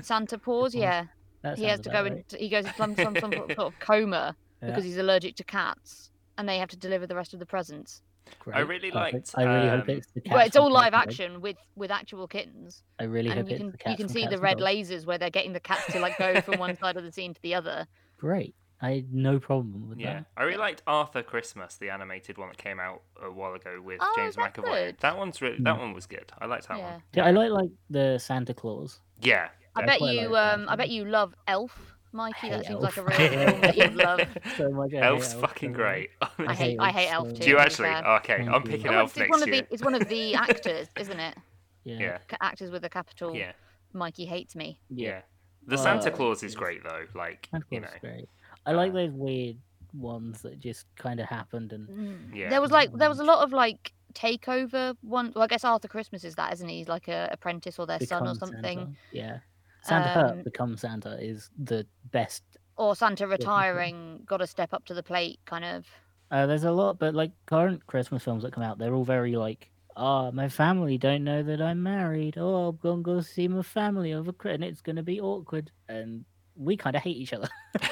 [SPEAKER 3] Santa
[SPEAKER 2] Pause.
[SPEAKER 3] pause. Yeah,
[SPEAKER 2] That
[SPEAKER 3] he has
[SPEAKER 2] sounds
[SPEAKER 3] to
[SPEAKER 2] about
[SPEAKER 3] go
[SPEAKER 2] right.
[SPEAKER 3] into he goes into some, some, some sort of coma because he's allergic to cats and they have to deliver the rest of the presents
[SPEAKER 1] I
[SPEAKER 2] Great,
[SPEAKER 1] really
[SPEAKER 2] perfect.
[SPEAKER 1] liked,
[SPEAKER 2] I really hope
[SPEAKER 1] um,
[SPEAKER 2] it's the
[SPEAKER 3] but
[SPEAKER 2] cats
[SPEAKER 3] it's
[SPEAKER 2] from
[SPEAKER 3] all live
[SPEAKER 2] Cats and Dogs.
[SPEAKER 3] action with with actual kittens
[SPEAKER 2] I really
[SPEAKER 3] and
[SPEAKER 2] hope
[SPEAKER 3] you
[SPEAKER 2] it's
[SPEAKER 3] can
[SPEAKER 2] the cats
[SPEAKER 3] you can
[SPEAKER 2] from
[SPEAKER 3] see
[SPEAKER 2] Cats
[SPEAKER 3] the
[SPEAKER 2] and
[SPEAKER 3] red
[SPEAKER 2] Dogs.
[SPEAKER 3] lasers where they're getting the cats to like go from one side of the scene to the other
[SPEAKER 2] Great. I had no problem with
[SPEAKER 1] Yeah,
[SPEAKER 2] that.
[SPEAKER 1] I really liked Arthur Christmas, the animated one that came out a while ago with
[SPEAKER 3] Oh,
[SPEAKER 1] James
[SPEAKER 3] is that
[SPEAKER 1] McAvoy.
[SPEAKER 3] good?
[SPEAKER 1] That one's really
[SPEAKER 2] Mm.
[SPEAKER 1] that one was good. I liked that
[SPEAKER 3] yeah
[SPEAKER 1] one.
[SPEAKER 2] Yeah, I like like the Santa Claus.
[SPEAKER 1] Yeah,
[SPEAKER 3] i
[SPEAKER 2] I
[SPEAKER 3] bet
[SPEAKER 2] quite
[SPEAKER 3] you
[SPEAKER 2] like that
[SPEAKER 3] um i bet
[SPEAKER 2] film.
[SPEAKER 3] you love elf mikey
[SPEAKER 2] I
[SPEAKER 3] that
[SPEAKER 2] hate
[SPEAKER 3] seems like a
[SPEAKER 2] Elf.
[SPEAKER 3] real film that you'd love
[SPEAKER 2] So much. I hate
[SPEAKER 1] Elf's
[SPEAKER 2] Elf
[SPEAKER 1] fucking
[SPEAKER 2] so
[SPEAKER 1] great.
[SPEAKER 3] i
[SPEAKER 1] honestly.
[SPEAKER 3] hate i hate
[SPEAKER 2] Elf
[SPEAKER 3] elf
[SPEAKER 2] so
[SPEAKER 3] too
[SPEAKER 2] much.
[SPEAKER 1] Do you
[SPEAKER 3] to be
[SPEAKER 1] actually?
[SPEAKER 3] fair.
[SPEAKER 1] Okay,
[SPEAKER 2] Thank
[SPEAKER 1] I'm
[SPEAKER 2] you.
[SPEAKER 1] picking
[SPEAKER 3] Oh,
[SPEAKER 1] Elf
[SPEAKER 3] it's, it's one
[SPEAKER 1] next
[SPEAKER 3] of the
[SPEAKER 1] year.
[SPEAKER 3] it's one of the actors isn't it
[SPEAKER 2] much.
[SPEAKER 1] Yeah,
[SPEAKER 3] C- actors with a capital
[SPEAKER 1] yeah,
[SPEAKER 3] mikey hates me
[SPEAKER 1] yeah. The Santa
[SPEAKER 2] Oh,
[SPEAKER 1] Claus is
[SPEAKER 2] yes.
[SPEAKER 1] great though. Like
[SPEAKER 2] Santa
[SPEAKER 1] you
[SPEAKER 2] Claus
[SPEAKER 1] know,
[SPEAKER 2] is great. I like
[SPEAKER 1] uh,
[SPEAKER 2] those weird ones that just kind of happened and
[SPEAKER 3] Mm.
[SPEAKER 1] Yeah.
[SPEAKER 3] There was like there was a lot of like takeover one. Well, I guess Arthur Christmas is that, isn't he? He's like a apprentice or their son or
[SPEAKER 2] become
[SPEAKER 3] something,
[SPEAKER 2] Santa. Yeah. Santa Hurt
[SPEAKER 3] Um,
[SPEAKER 2] become Santa is the best.
[SPEAKER 3] or Santa retiring, got to step up to the plate, kind of.
[SPEAKER 2] Uh, there's a lot, but like current Christmas films that come out, they're all very like, oh, my family don't know that I'm married. Oh, I'm gonna go see my family over Christmas, and it's gonna be awkward. And we kind of hate each other.
[SPEAKER 1] the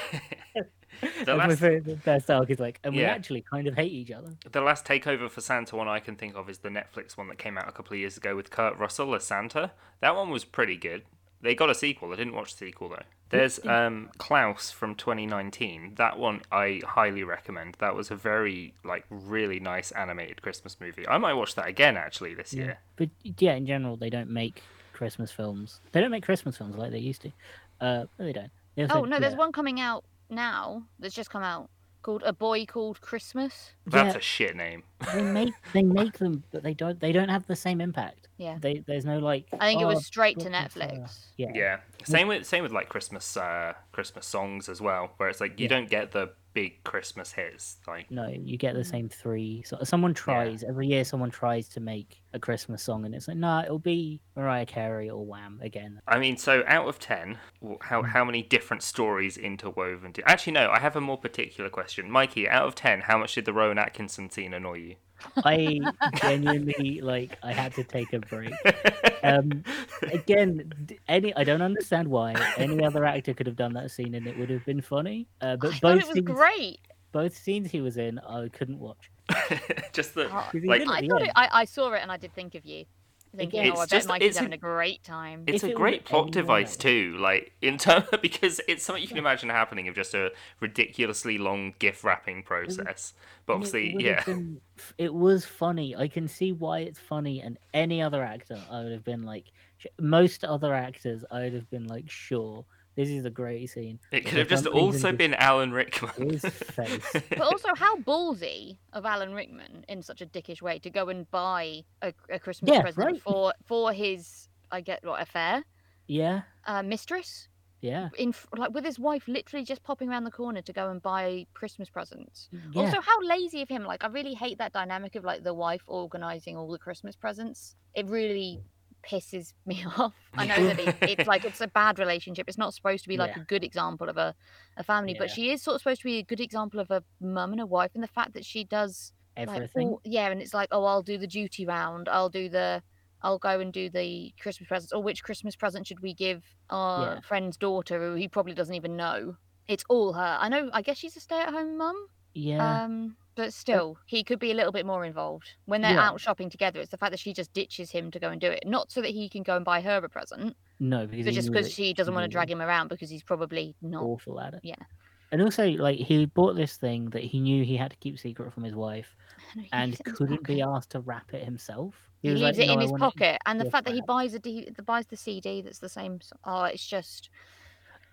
[SPEAKER 2] That's
[SPEAKER 1] last
[SPEAKER 2] my favorite best arc is like, and we
[SPEAKER 1] Yeah.
[SPEAKER 2] actually kind of hate each other.
[SPEAKER 1] the last takeover for Santa one I can think of is the Netflix one that came out a couple of years ago with Kurt Russell as Santa. That one was pretty good. They got a sequel. I didn't watch the sequel though. There's
[SPEAKER 2] Mm,
[SPEAKER 1] um, Klaus from 2019. That one I highly recommend. That was a very like really nice animated Christmas movie. I might watch that again actually this
[SPEAKER 2] Yeah.
[SPEAKER 1] year.
[SPEAKER 2] But yeah, in general, they don't make Christmas films. They don't make Christmas films like they used to. Uh, no, they don't. They also-
[SPEAKER 3] Oh no, there's
[SPEAKER 2] yeah.
[SPEAKER 3] one coming out now that's just come out called A Boy Called Christmas.
[SPEAKER 1] That's
[SPEAKER 2] Yeah.
[SPEAKER 1] a shit name.
[SPEAKER 2] they make they make them, but they don't they don't have the same impact.
[SPEAKER 3] Yeah.
[SPEAKER 2] They there's no like.
[SPEAKER 3] I think it
[SPEAKER 2] "Oh,
[SPEAKER 3] was straight to
[SPEAKER 2] Christmas, uh,
[SPEAKER 3] Netflix.
[SPEAKER 2] Yeah.
[SPEAKER 1] Yeah. Same with same with like Christmas uh Christmas songs as well, where it's like you
[SPEAKER 2] Yeah.
[SPEAKER 1] don't get the big Christmas hits. Like
[SPEAKER 2] No, you get the
[SPEAKER 3] Mm.
[SPEAKER 2] same three. So someone tries every year. Someone tries to make a Christmas song, and it's like, no, it'll be Mariah Carey or Wham again.
[SPEAKER 1] I mean, so out of ten, w- how
[SPEAKER 2] Hmm.
[SPEAKER 1] how many different stories interwoven? Do... Actually, no. I have a more particular question, Mikey. Out of ten, how much did the Rowan Atkinson scene annoy you?
[SPEAKER 2] I genuinely like. I had to take a break. Um, Again, d- any I don't understand why any other actor could have done that scene and it would have been funny. Uh, but
[SPEAKER 3] I thought
[SPEAKER 2] both
[SPEAKER 3] it was
[SPEAKER 2] scenes,
[SPEAKER 3] great.
[SPEAKER 2] both scenes he was in, I couldn't watch.
[SPEAKER 1] just the
[SPEAKER 3] Oh,
[SPEAKER 2] 'Cause he
[SPEAKER 1] Like-
[SPEAKER 2] did at
[SPEAKER 3] I
[SPEAKER 2] the
[SPEAKER 3] thought
[SPEAKER 2] end.
[SPEAKER 3] it, I, I saw it and I did think of you. Thinking,
[SPEAKER 2] Again,
[SPEAKER 3] oh, I
[SPEAKER 1] It's
[SPEAKER 3] bet
[SPEAKER 1] just-
[SPEAKER 3] Mikey's
[SPEAKER 1] it's a-
[SPEAKER 3] having a great time.
[SPEAKER 1] it's
[SPEAKER 2] If
[SPEAKER 1] a
[SPEAKER 2] it
[SPEAKER 1] great
[SPEAKER 2] was
[SPEAKER 1] plot
[SPEAKER 2] anyone
[SPEAKER 1] device
[SPEAKER 2] else.
[SPEAKER 1] too like in term because it's something you can imagine happening of just a ridiculously long gift wrapping process but
[SPEAKER 2] And it
[SPEAKER 1] obviously
[SPEAKER 2] would
[SPEAKER 1] yeah
[SPEAKER 2] have been- f- it was funny. I can see why it's funny. And any other actor, I would have been like, sh- most other actors, I would have been like, sure, this is a great scene.
[SPEAKER 1] it could
[SPEAKER 2] for
[SPEAKER 1] have just
[SPEAKER 2] some reason
[SPEAKER 1] also
[SPEAKER 2] just
[SPEAKER 1] been alan rickman
[SPEAKER 2] his face.
[SPEAKER 3] But also, how ballsy of Alan Rickman in such a dickish way to go and buy a, a Christmas
[SPEAKER 2] Yeah,
[SPEAKER 3] present
[SPEAKER 2] right.
[SPEAKER 3] for for his I get what affair
[SPEAKER 2] Yeah,
[SPEAKER 3] uh, mistress
[SPEAKER 2] yeah,
[SPEAKER 3] in f- like with his wife literally just popping around the corner to go and buy Christmas presents.
[SPEAKER 2] yeah.
[SPEAKER 3] Also, how lazy of him! Like, I really hate that dynamic of like the wife organizing all the Christmas presents. It really pisses me off. I know that it, it's like it's a bad relationship. It's not supposed to be like
[SPEAKER 2] Yeah.
[SPEAKER 3] a good example of a, a family, but
[SPEAKER 2] Yeah.
[SPEAKER 3] she is sort of supposed to be a good example of a mum and a wife. And the fact that she does like,
[SPEAKER 2] Everything.
[SPEAKER 3] all- yeah, and it's like, oh, I'll do the duty round. I'll do the. I'll go and do the Christmas presents. Or which Christmas present should we give our
[SPEAKER 2] Yeah.
[SPEAKER 3] friend's daughter, who he probably doesn't even know? It's all her. I know. I guess she's a stay-at-home mum.
[SPEAKER 2] yeah.
[SPEAKER 3] Um, but still, he could be a little bit more involved when they're
[SPEAKER 2] Yeah.
[SPEAKER 3] out shopping together. It's the fact that she just ditches him to go and do it, not so that he can go and buy her a present,
[SPEAKER 2] no, because
[SPEAKER 3] but
[SPEAKER 2] he
[SPEAKER 3] just
[SPEAKER 2] knew
[SPEAKER 3] because
[SPEAKER 2] that
[SPEAKER 3] she doesn't want to
[SPEAKER 2] knew.
[SPEAKER 3] drag him around because he's probably not.
[SPEAKER 2] awful at it.
[SPEAKER 3] Yeah.
[SPEAKER 2] And also, like, he bought this thing that he knew he had to keep secret from his wife
[SPEAKER 3] No, he
[SPEAKER 2] and
[SPEAKER 3] leaves it in his
[SPEAKER 2] couldn't be
[SPEAKER 3] pocket.
[SPEAKER 2] asked to wrap it himself.
[SPEAKER 3] He, leaves
[SPEAKER 2] like,
[SPEAKER 3] it in
[SPEAKER 2] "No, I
[SPEAKER 3] his
[SPEAKER 2] want it-"
[SPEAKER 3] pocket, and the
[SPEAKER 2] your
[SPEAKER 3] fact that he
[SPEAKER 2] friend.
[SPEAKER 3] buys a D, the- buys the CD that's the same. s- Oh, it's just,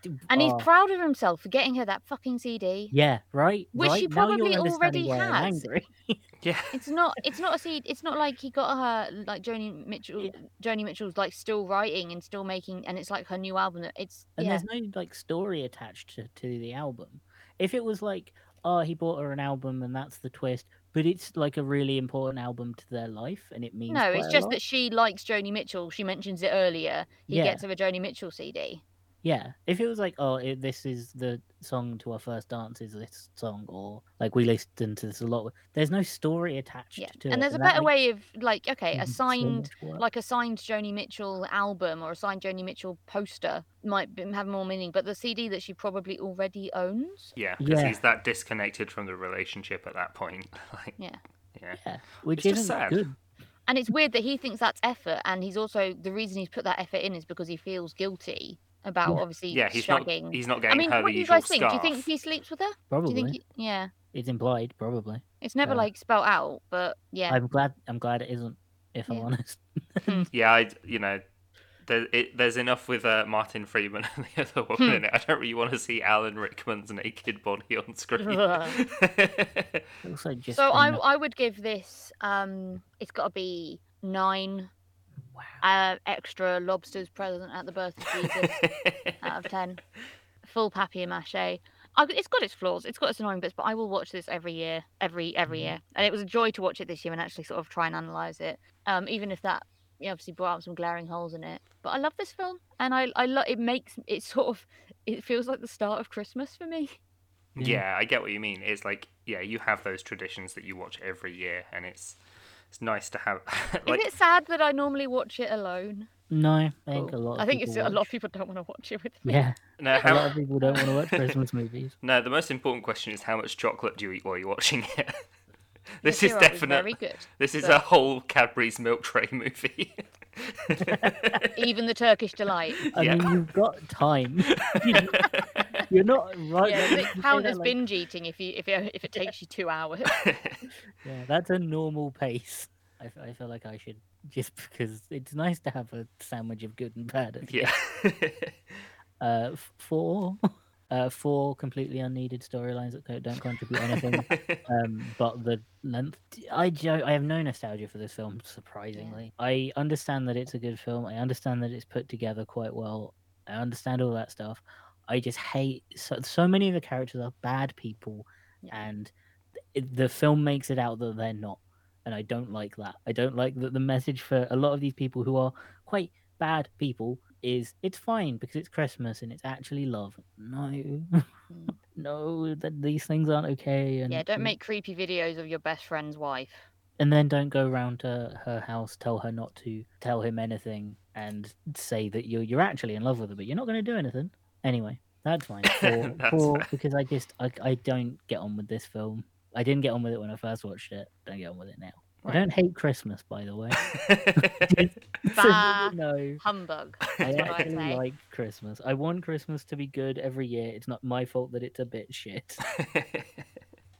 [SPEAKER 2] D-
[SPEAKER 3] and he's
[SPEAKER 2] oh,
[SPEAKER 3] proud of himself for getting her that fucking CD.
[SPEAKER 2] yeah, right.
[SPEAKER 3] Which
[SPEAKER 2] right?
[SPEAKER 3] she
[SPEAKER 2] Now you're
[SPEAKER 3] probably
[SPEAKER 2] understanding
[SPEAKER 3] already
[SPEAKER 2] why I'm
[SPEAKER 3] has.
[SPEAKER 2] Angry.
[SPEAKER 1] yeah
[SPEAKER 3] It's not. It's not a seed. It's not like he got her like Joni Mitchell.
[SPEAKER 2] Yeah.
[SPEAKER 3] Joni Mitchell's like still writing and still making, and it's like her new album. that- It's
[SPEAKER 2] and
[SPEAKER 3] yeah.
[SPEAKER 2] there's no like story attached to, to the album if it was like oh he bought her an album and that's the twist but it's like a really important album to their life and it means
[SPEAKER 3] No, it's
[SPEAKER 2] quite a
[SPEAKER 3] just
[SPEAKER 2] lot.
[SPEAKER 3] that she likes Joni Mitchell. She mentions it earlier. He
[SPEAKER 2] Yeah.
[SPEAKER 3] gets her a Joni Mitchell CD.
[SPEAKER 2] yeah if it was like oh it, this is the song to our first dance is this song or like we listened to this a lot there's no story attached
[SPEAKER 3] Yeah,
[SPEAKER 2] to it
[SPEAKER 3] and there's a
[SPEAKER 2] that
[SPEAKER 3] better
[SPEAKER 2] makes Mm-hmm.
[SPEAKER 3] way of like okay, a
[SPEAKER 2] so
[SPEAKER 3] signed
[SPEAKER 2] much work.
[SPEAKER 3] like a signed Joni Mitchell album or a signed Joni Mitchell poster might be- have more meaning. But the CD that she probably already owns.
[SPEAKER 1] yeah because
[SPEAKER 2] Yeah.
[SPEAKER 1] he's that disconnected from the relationship at that point like
[SPEAKER 3] Yeah.
[SPEAKER 1] yeah
[SPEAKER 2] yeah which
[SPEAKER 1] it's just
[SPEAKER 2] isn't
[SPEAKER 1] sad.
[SPEAKER 2] good
[SPEAKER 3] And it's weird that he thinks that's effort, and he's also the reason he's put that effort in is because he feels guilty about
[SPEAKER 2] Yeah.
[SPEAKER 3] obviously
[SPEAKER 1] yeah he's not
[SPEAKER 3] shagging.
[SPEAKER 1] he's not
[SPEAKER 3] I
[SPEAKER 1] getting
[SPEAKER 3] mean,
[SPEAKER 1] her
[SPEAKER 3] what
[SPEAKER 1] the
[SPEAKER 3] do you
[SPEAKER 1] usual
[SPEAKER 3] guys
[SPEAKER 1] scarf
[SPEAKER 3] think? Do you think he sleeps with her?
[SPEAKER 2] probably
[SPEAKER 3] Do you think? He, yeah,
[SPEAKER 2] it's implied probably
[SPEAKER 3] it's never
[SPEAKER 2] Yeah.
[SPEAKER 3] like spelled out, but yeah,
[SPEAKER 2] i'm glad i'm glad it isn't if i'm
[SPEAKER 3] Yeah.
[SPEAKER 2] honest
[SPEAKER 1] yeah i you know there, it, there's enough with uh, Martin Freeman and the other woman
[SPEAKER 3] Hmm.
[SPEAKER 1] in it. I don't really want to see Alan Rickman's naked body on screen.
[SPEAKER 2] also just
[SPEAKER 3] so I,
[SPEAKER 2] enough-
[SPEAKER 3] I would give this um it's got to be nine uh, extra lobsters present at the birth of Jesus out of ten full papier mache I, it's got its flaws it's got its annoying bits but I will watch this every year every every
[SPEAKER 2] Mhm.
[SPEAKER 3] year and it was a joy to watch it this year and actually sort of try and analyze it um even if that you know, obviously brought up some glaring holes in it but I love this film and I I love it makes it sort of it feels like the start of Christmas for
[SPEAKER 2] Yeah.
[SPEAKER 3] me
[SPEAKER 1] Yeah, I get what you mean. It's like, yeah, you have those traditions that you watch every year, and it's it's nice to have. like,
[SPEAKER 3] is it sad that I normally watch it alone
[SPEAKER 2] No, I think a
[SPEAKER 3] Cool.
[SPEAKER 2] lot. Of
[SPEAKER 3] I think
[SPEAKER 2] people
[SPEAKER 3] it's a lot
[SPEAKER 2] watch-
[SPEAKER 3] of people don't want to watch it with me.
[SPEAKER 2] Yeah,
[SPEAKER 1] no,
[SPEAKER 2] a lot of
[SPEAKER 1] how,
[SPEAKER 2] people don't want to watch Christmas movies.
[SPEAKER 1] no, the most important question is how much chocolate do you eat while you're watching it? this is
[SPEAKER 3] This year I was very
[SPEAKER 1] definitely
[SPEAKER 3] good.
[SPEAKER 1] this is
[SPEAKER 3] but-
[SPEAKER 1] a whole Cadbury's milk tray movie.
[SPEAKER 3] Even the Turkish delight.
[SPEAKER 2] I
[SPEAKER 1] yeah.
[SPEAKER 2] mean, you've got time. You're not right.
[SPEAKER 3] Yeah,
[SPEAKER 2] you
[SPEAKER 3] they
[SPEAKER 2] say
[SPEAKER 3] count
[SPEAKER 2] that
[SPEAKER 3] as
[SPEAKER 2] like-
[SPEAKER 3] binge eating if you if it, if it takes you two hours.
[SPEAKER 2] Yeah, that's a normal pace. I, f- I feel like I should just because it's nice to have a sandwich of good and bad. at the
[SPEAKER 1] yeah.
[SPEAKER 2] Uh, f- four, uh, four completely unneeded storylines that co- don't contribute anything. um, but the length, I jo- I have no nostalgia for this film. Surprisingly, I understand that it's a good film. I understand that it's put together quite well. I understand all that stuff. I just hate so, so many of the characters are bad people,
[SPEAKER 3] Yeah.
[SPEAKER 2] and it, the film makes it out that they're not, and I don't like that. I don't like that the message for a lot of these people who are quite bad people is it's fine because it's Christmas and it's actually love. No. No, that these things aren't okay. And
[SPEAKER 3] Mm. yeah, don't
[SPEAKER 2] and-
[SPEAKER 3] make creepy videos of your best friend's wife.
[SPEAKER 2] and then don't go round to her house, tell her not to tell him anything, and say that you're you're actually in love with her, but you're not going to do anything anyway. That's fine. Poor,
[SPEAKER 1] That's
[SPEAKER 2] poor-
[SPEAKER 1] fair.
[SPEAKER 2] because I just I, I don't get on with this film. I didn't get on with it when I first watched it. Don't get on with it now.
[SPEAKER 1] Right.
[SPEAKER 2] I don't hate Christmas, by the way. So,
[SPEAKER 3] Bah.
[SPEAKER 2] no,
[SPEAKER 3] Humbug.
[SPEAKER 2] I
[SPEAKER 3] That's what I
[SPEAKER 2] actually
[SPEAKER 3] say.
[SPEAKER 2] like Christmas. I want Christmas to be good every year. It's not my fault that it's a bit shit.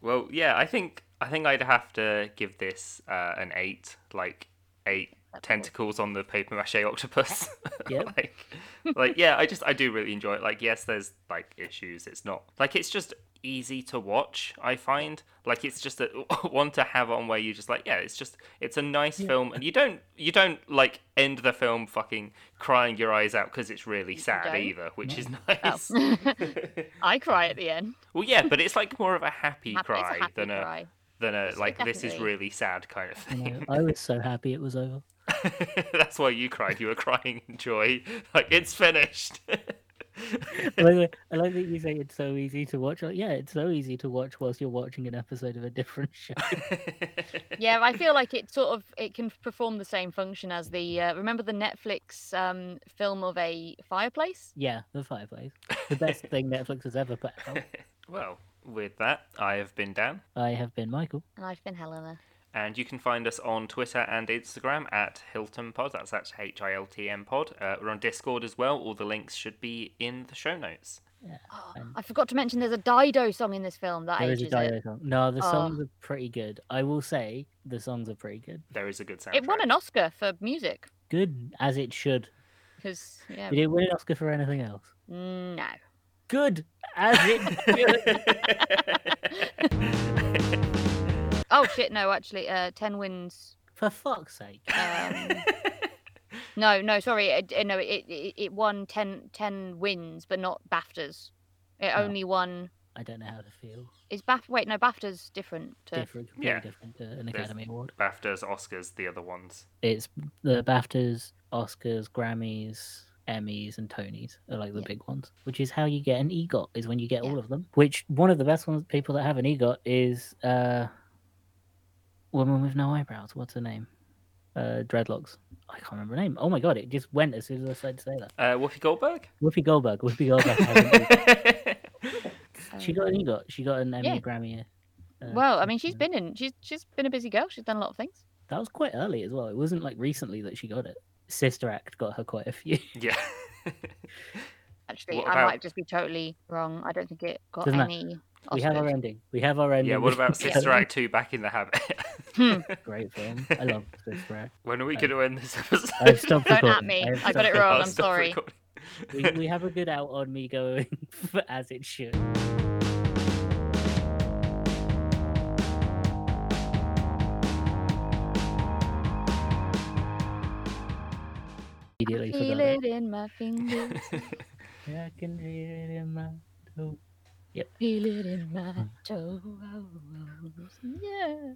[SPEAKER 1] well, yeah, I think I think I'd have to give this uh, an eight, like eight tentacles on the paper mache octopus.
[SPEAKER 2] Yep.
[SPEAKER 1] like, like yeah, I just I do really enjoy it. Like, yes, there's like issues. It's not like it's just easy to watch. I find like it's just a one to have on where you just like yeah, it's just it's a nice
[SPEAKER 2] Yeah.
[SPEAKER 1] film, and you don't you don't like end the film fucking crying your eyes out because it's really sad
[SPEAKER 3] don't?
[SPEAKER 1] either, which is
[SPEAKER 3] Oh.
[SPEAKER 1] nice.
[SPEAKER 3] I cry at the end.
[SPEAKER 1] Well, yeah, but it's like more of a happy
[SPEAKER 3] Happy- it's
[SPEAKER 1] cry
[SPEAKER 3] happy
[SPEAKER 1] than a
[SPEAKER 3] cry.
[SPEAKER 1] than a
[SPEAKER 3] It's
[SPEAKER 1] like this is
[SPEAKER 3] definitely-
[SPEAKER 1] really sad kind of
[SPEAKER 2] You know,
[SPEAKER 1] thing.
[SPEAKER 2] I was so happy it was over.
[SPEAKER 1] That's why you cried. You were crying in joy, like it's finished.
[SPEAKER 2] I like, that- I like that you say it's so easy to watch. Like, yeah, it's so easy to watch whilst you're watching an episode of a different show.
[SPEAKER 3] Yeah, I feel like it sort of it can perform the same function as the uh, remember the Netflix um, film of a fireplace.
[SPEAKER 2] Yeah, The Fireplace. The best thing Netflix has ever put out.
[SPEAKER 1] well, with that, I have been Dan,
[SPEAKER 2] I have been Michael.
[SPEAKER 3] And I've been Helena.
[SPEAKER 1] and you can find us on Twitter and Instagram at Hilton Pod. That's that's H I L T M Pod. Uh, we're on Discord as well. All the links should be in the show notes.
[SPEAKER 3] Oh,
[SPEAKER 2] And-
[SPEAKER 3] I forgot to mention there's a Dido song in this film that
[SPEAKER 2] um, There is
[SPEAKER 3] ages
[SPEAKER 2] a
[SPEAKER 1] uh,
[SPEAKER 2] Dido
[SPEAKER 3] it.
[SPEAKER 2] song. No, the
[SPEAKER 3] Oh.
[SPEAKER 2] songs are pretty good. I will say the songs are pretty good.
[SPEAKER 1] There is a good soundtrack.
[SPEAKER 3] It won an Oscar for music
[SPEAKER 2] Good as it should.
[SPEAKER 3] because yeah,
[SPEAKER 2] Did it win an Oscar for anything else?
[SPEAKER 3] no.
[SPEAKER 2] Good as it should.
[SPEAKER 3] Oh shit, no, actually, uh, ten wins.
[SPEAKER 2] For fuck's sake.
[SPEAKER 3] Um, no, no, sorry, it, it- no, it, it it won 10, 10 wins, but not BAFTAs. It
[SPEAKER 2] Oh.
[SPEAKER 3] only won.
[SPEAKER 2] I don't know how to feel.
[SPEAKER 3] Is BAF? Wait, no, BAFTA's different. To,
[SPEAKER 2] Different, completely
[SPEAKER 1] Yeah.
[SPEAKER 2] different to an
[SPEAKER 1] There's-
[SPEAKER 2] Academy Award.
[SPEAKER 1] BAFTAs, Oscars, the other ones.
[SPEAKER 2] It's the BAFTAs, Oscars, Grammys, Emmys, and Tonys are like the
[SPEAKER 3] Yeah.
[SPEAKER 2] big ones, which is how you get an EGOT, is when you get
[SPEAKER 3] Yeah.
[SPEAKER 2] all of them. Which one of the best ones, people that have an EGOT is uh, Woman with No Eyebrows. What's her name? Uh, dreadlocks. I can't remember her name. Oh my god, it just went as soon as I started to say that.
[SPEAKER 1] Uh, Whoopi Goldberg.
[SPEAKER 2] Whoopi Goldberg. Whoopi Goldberg. has an EGOT. she got an EGOT. She got an Emmy,
[SPEAKER 3] Yeah.
[SPEAKER 2] Grammy. uh,
[SPEAKER 3] uh, well, I mean, she's
[SPEAKER 2] uh,
[SPEAKER 3] been in. She's she's been a busy girl. She's done a lot of things.
[SPEAKER 2] That was quite early as well. It wasn't like recently that she got it. Sister Act got her quite a few.
[SPEAKER 1] yeah.
[SPEAKER 3] Actually,
[SPEAKER 1] What
[SPEAKER 3] I
[SPEAKER 1] about-
[SPEAKER 3] might just be totally wrong. I don't think it got
[SPEAKER 2] Doesn't matter.
[SPEAKER 3] any.
[SPEAKER 2] We have our
[SPEAKER 3] Oscars.
[SPEAKER 2] ending. We have our ending.
[SPEAKER 1] yeah. What
[SPEAKER 2] We
[SPEAKER 1] about
[SPEAKER 2] can
[SPEAKER 1] Sister
[SPEAKER 2] go.
[SPEAKER 1] Act Two: Back in the Habit?
[SPEAKER 3] Hmm.
[SPEAKER 2] Great film. I love Sister Act.
[SPEAKER 1] when are we going to end this episode?
[SPEAKER 2] I've stopped
[SPEAKER 3] Don't
[SPEAKER 2] recording.
[SPEAKER 3] at me.
[SPEAKER 2] I've
[SPEAKER 3] I got it
[SPEAKER 2] stopped-
[SPEAKER 1] I'll
[SPEAKER 3] wrong. I'm
[SPEAKER 1] stop
[SPEAKER 3] sorry.
[SPEAKER 1] recording.
[SPEAKER 2] We, we have a good out on me going as it should. Immediately
[SPEAKER 3] Feel
[SPEAKER 2] forgot it.
[SPEAKER 3] it in my fingers.
[SPEAKER 2] I can feel it in my toe.
[SPEAKER 3] Feel it in my toes. Yeah.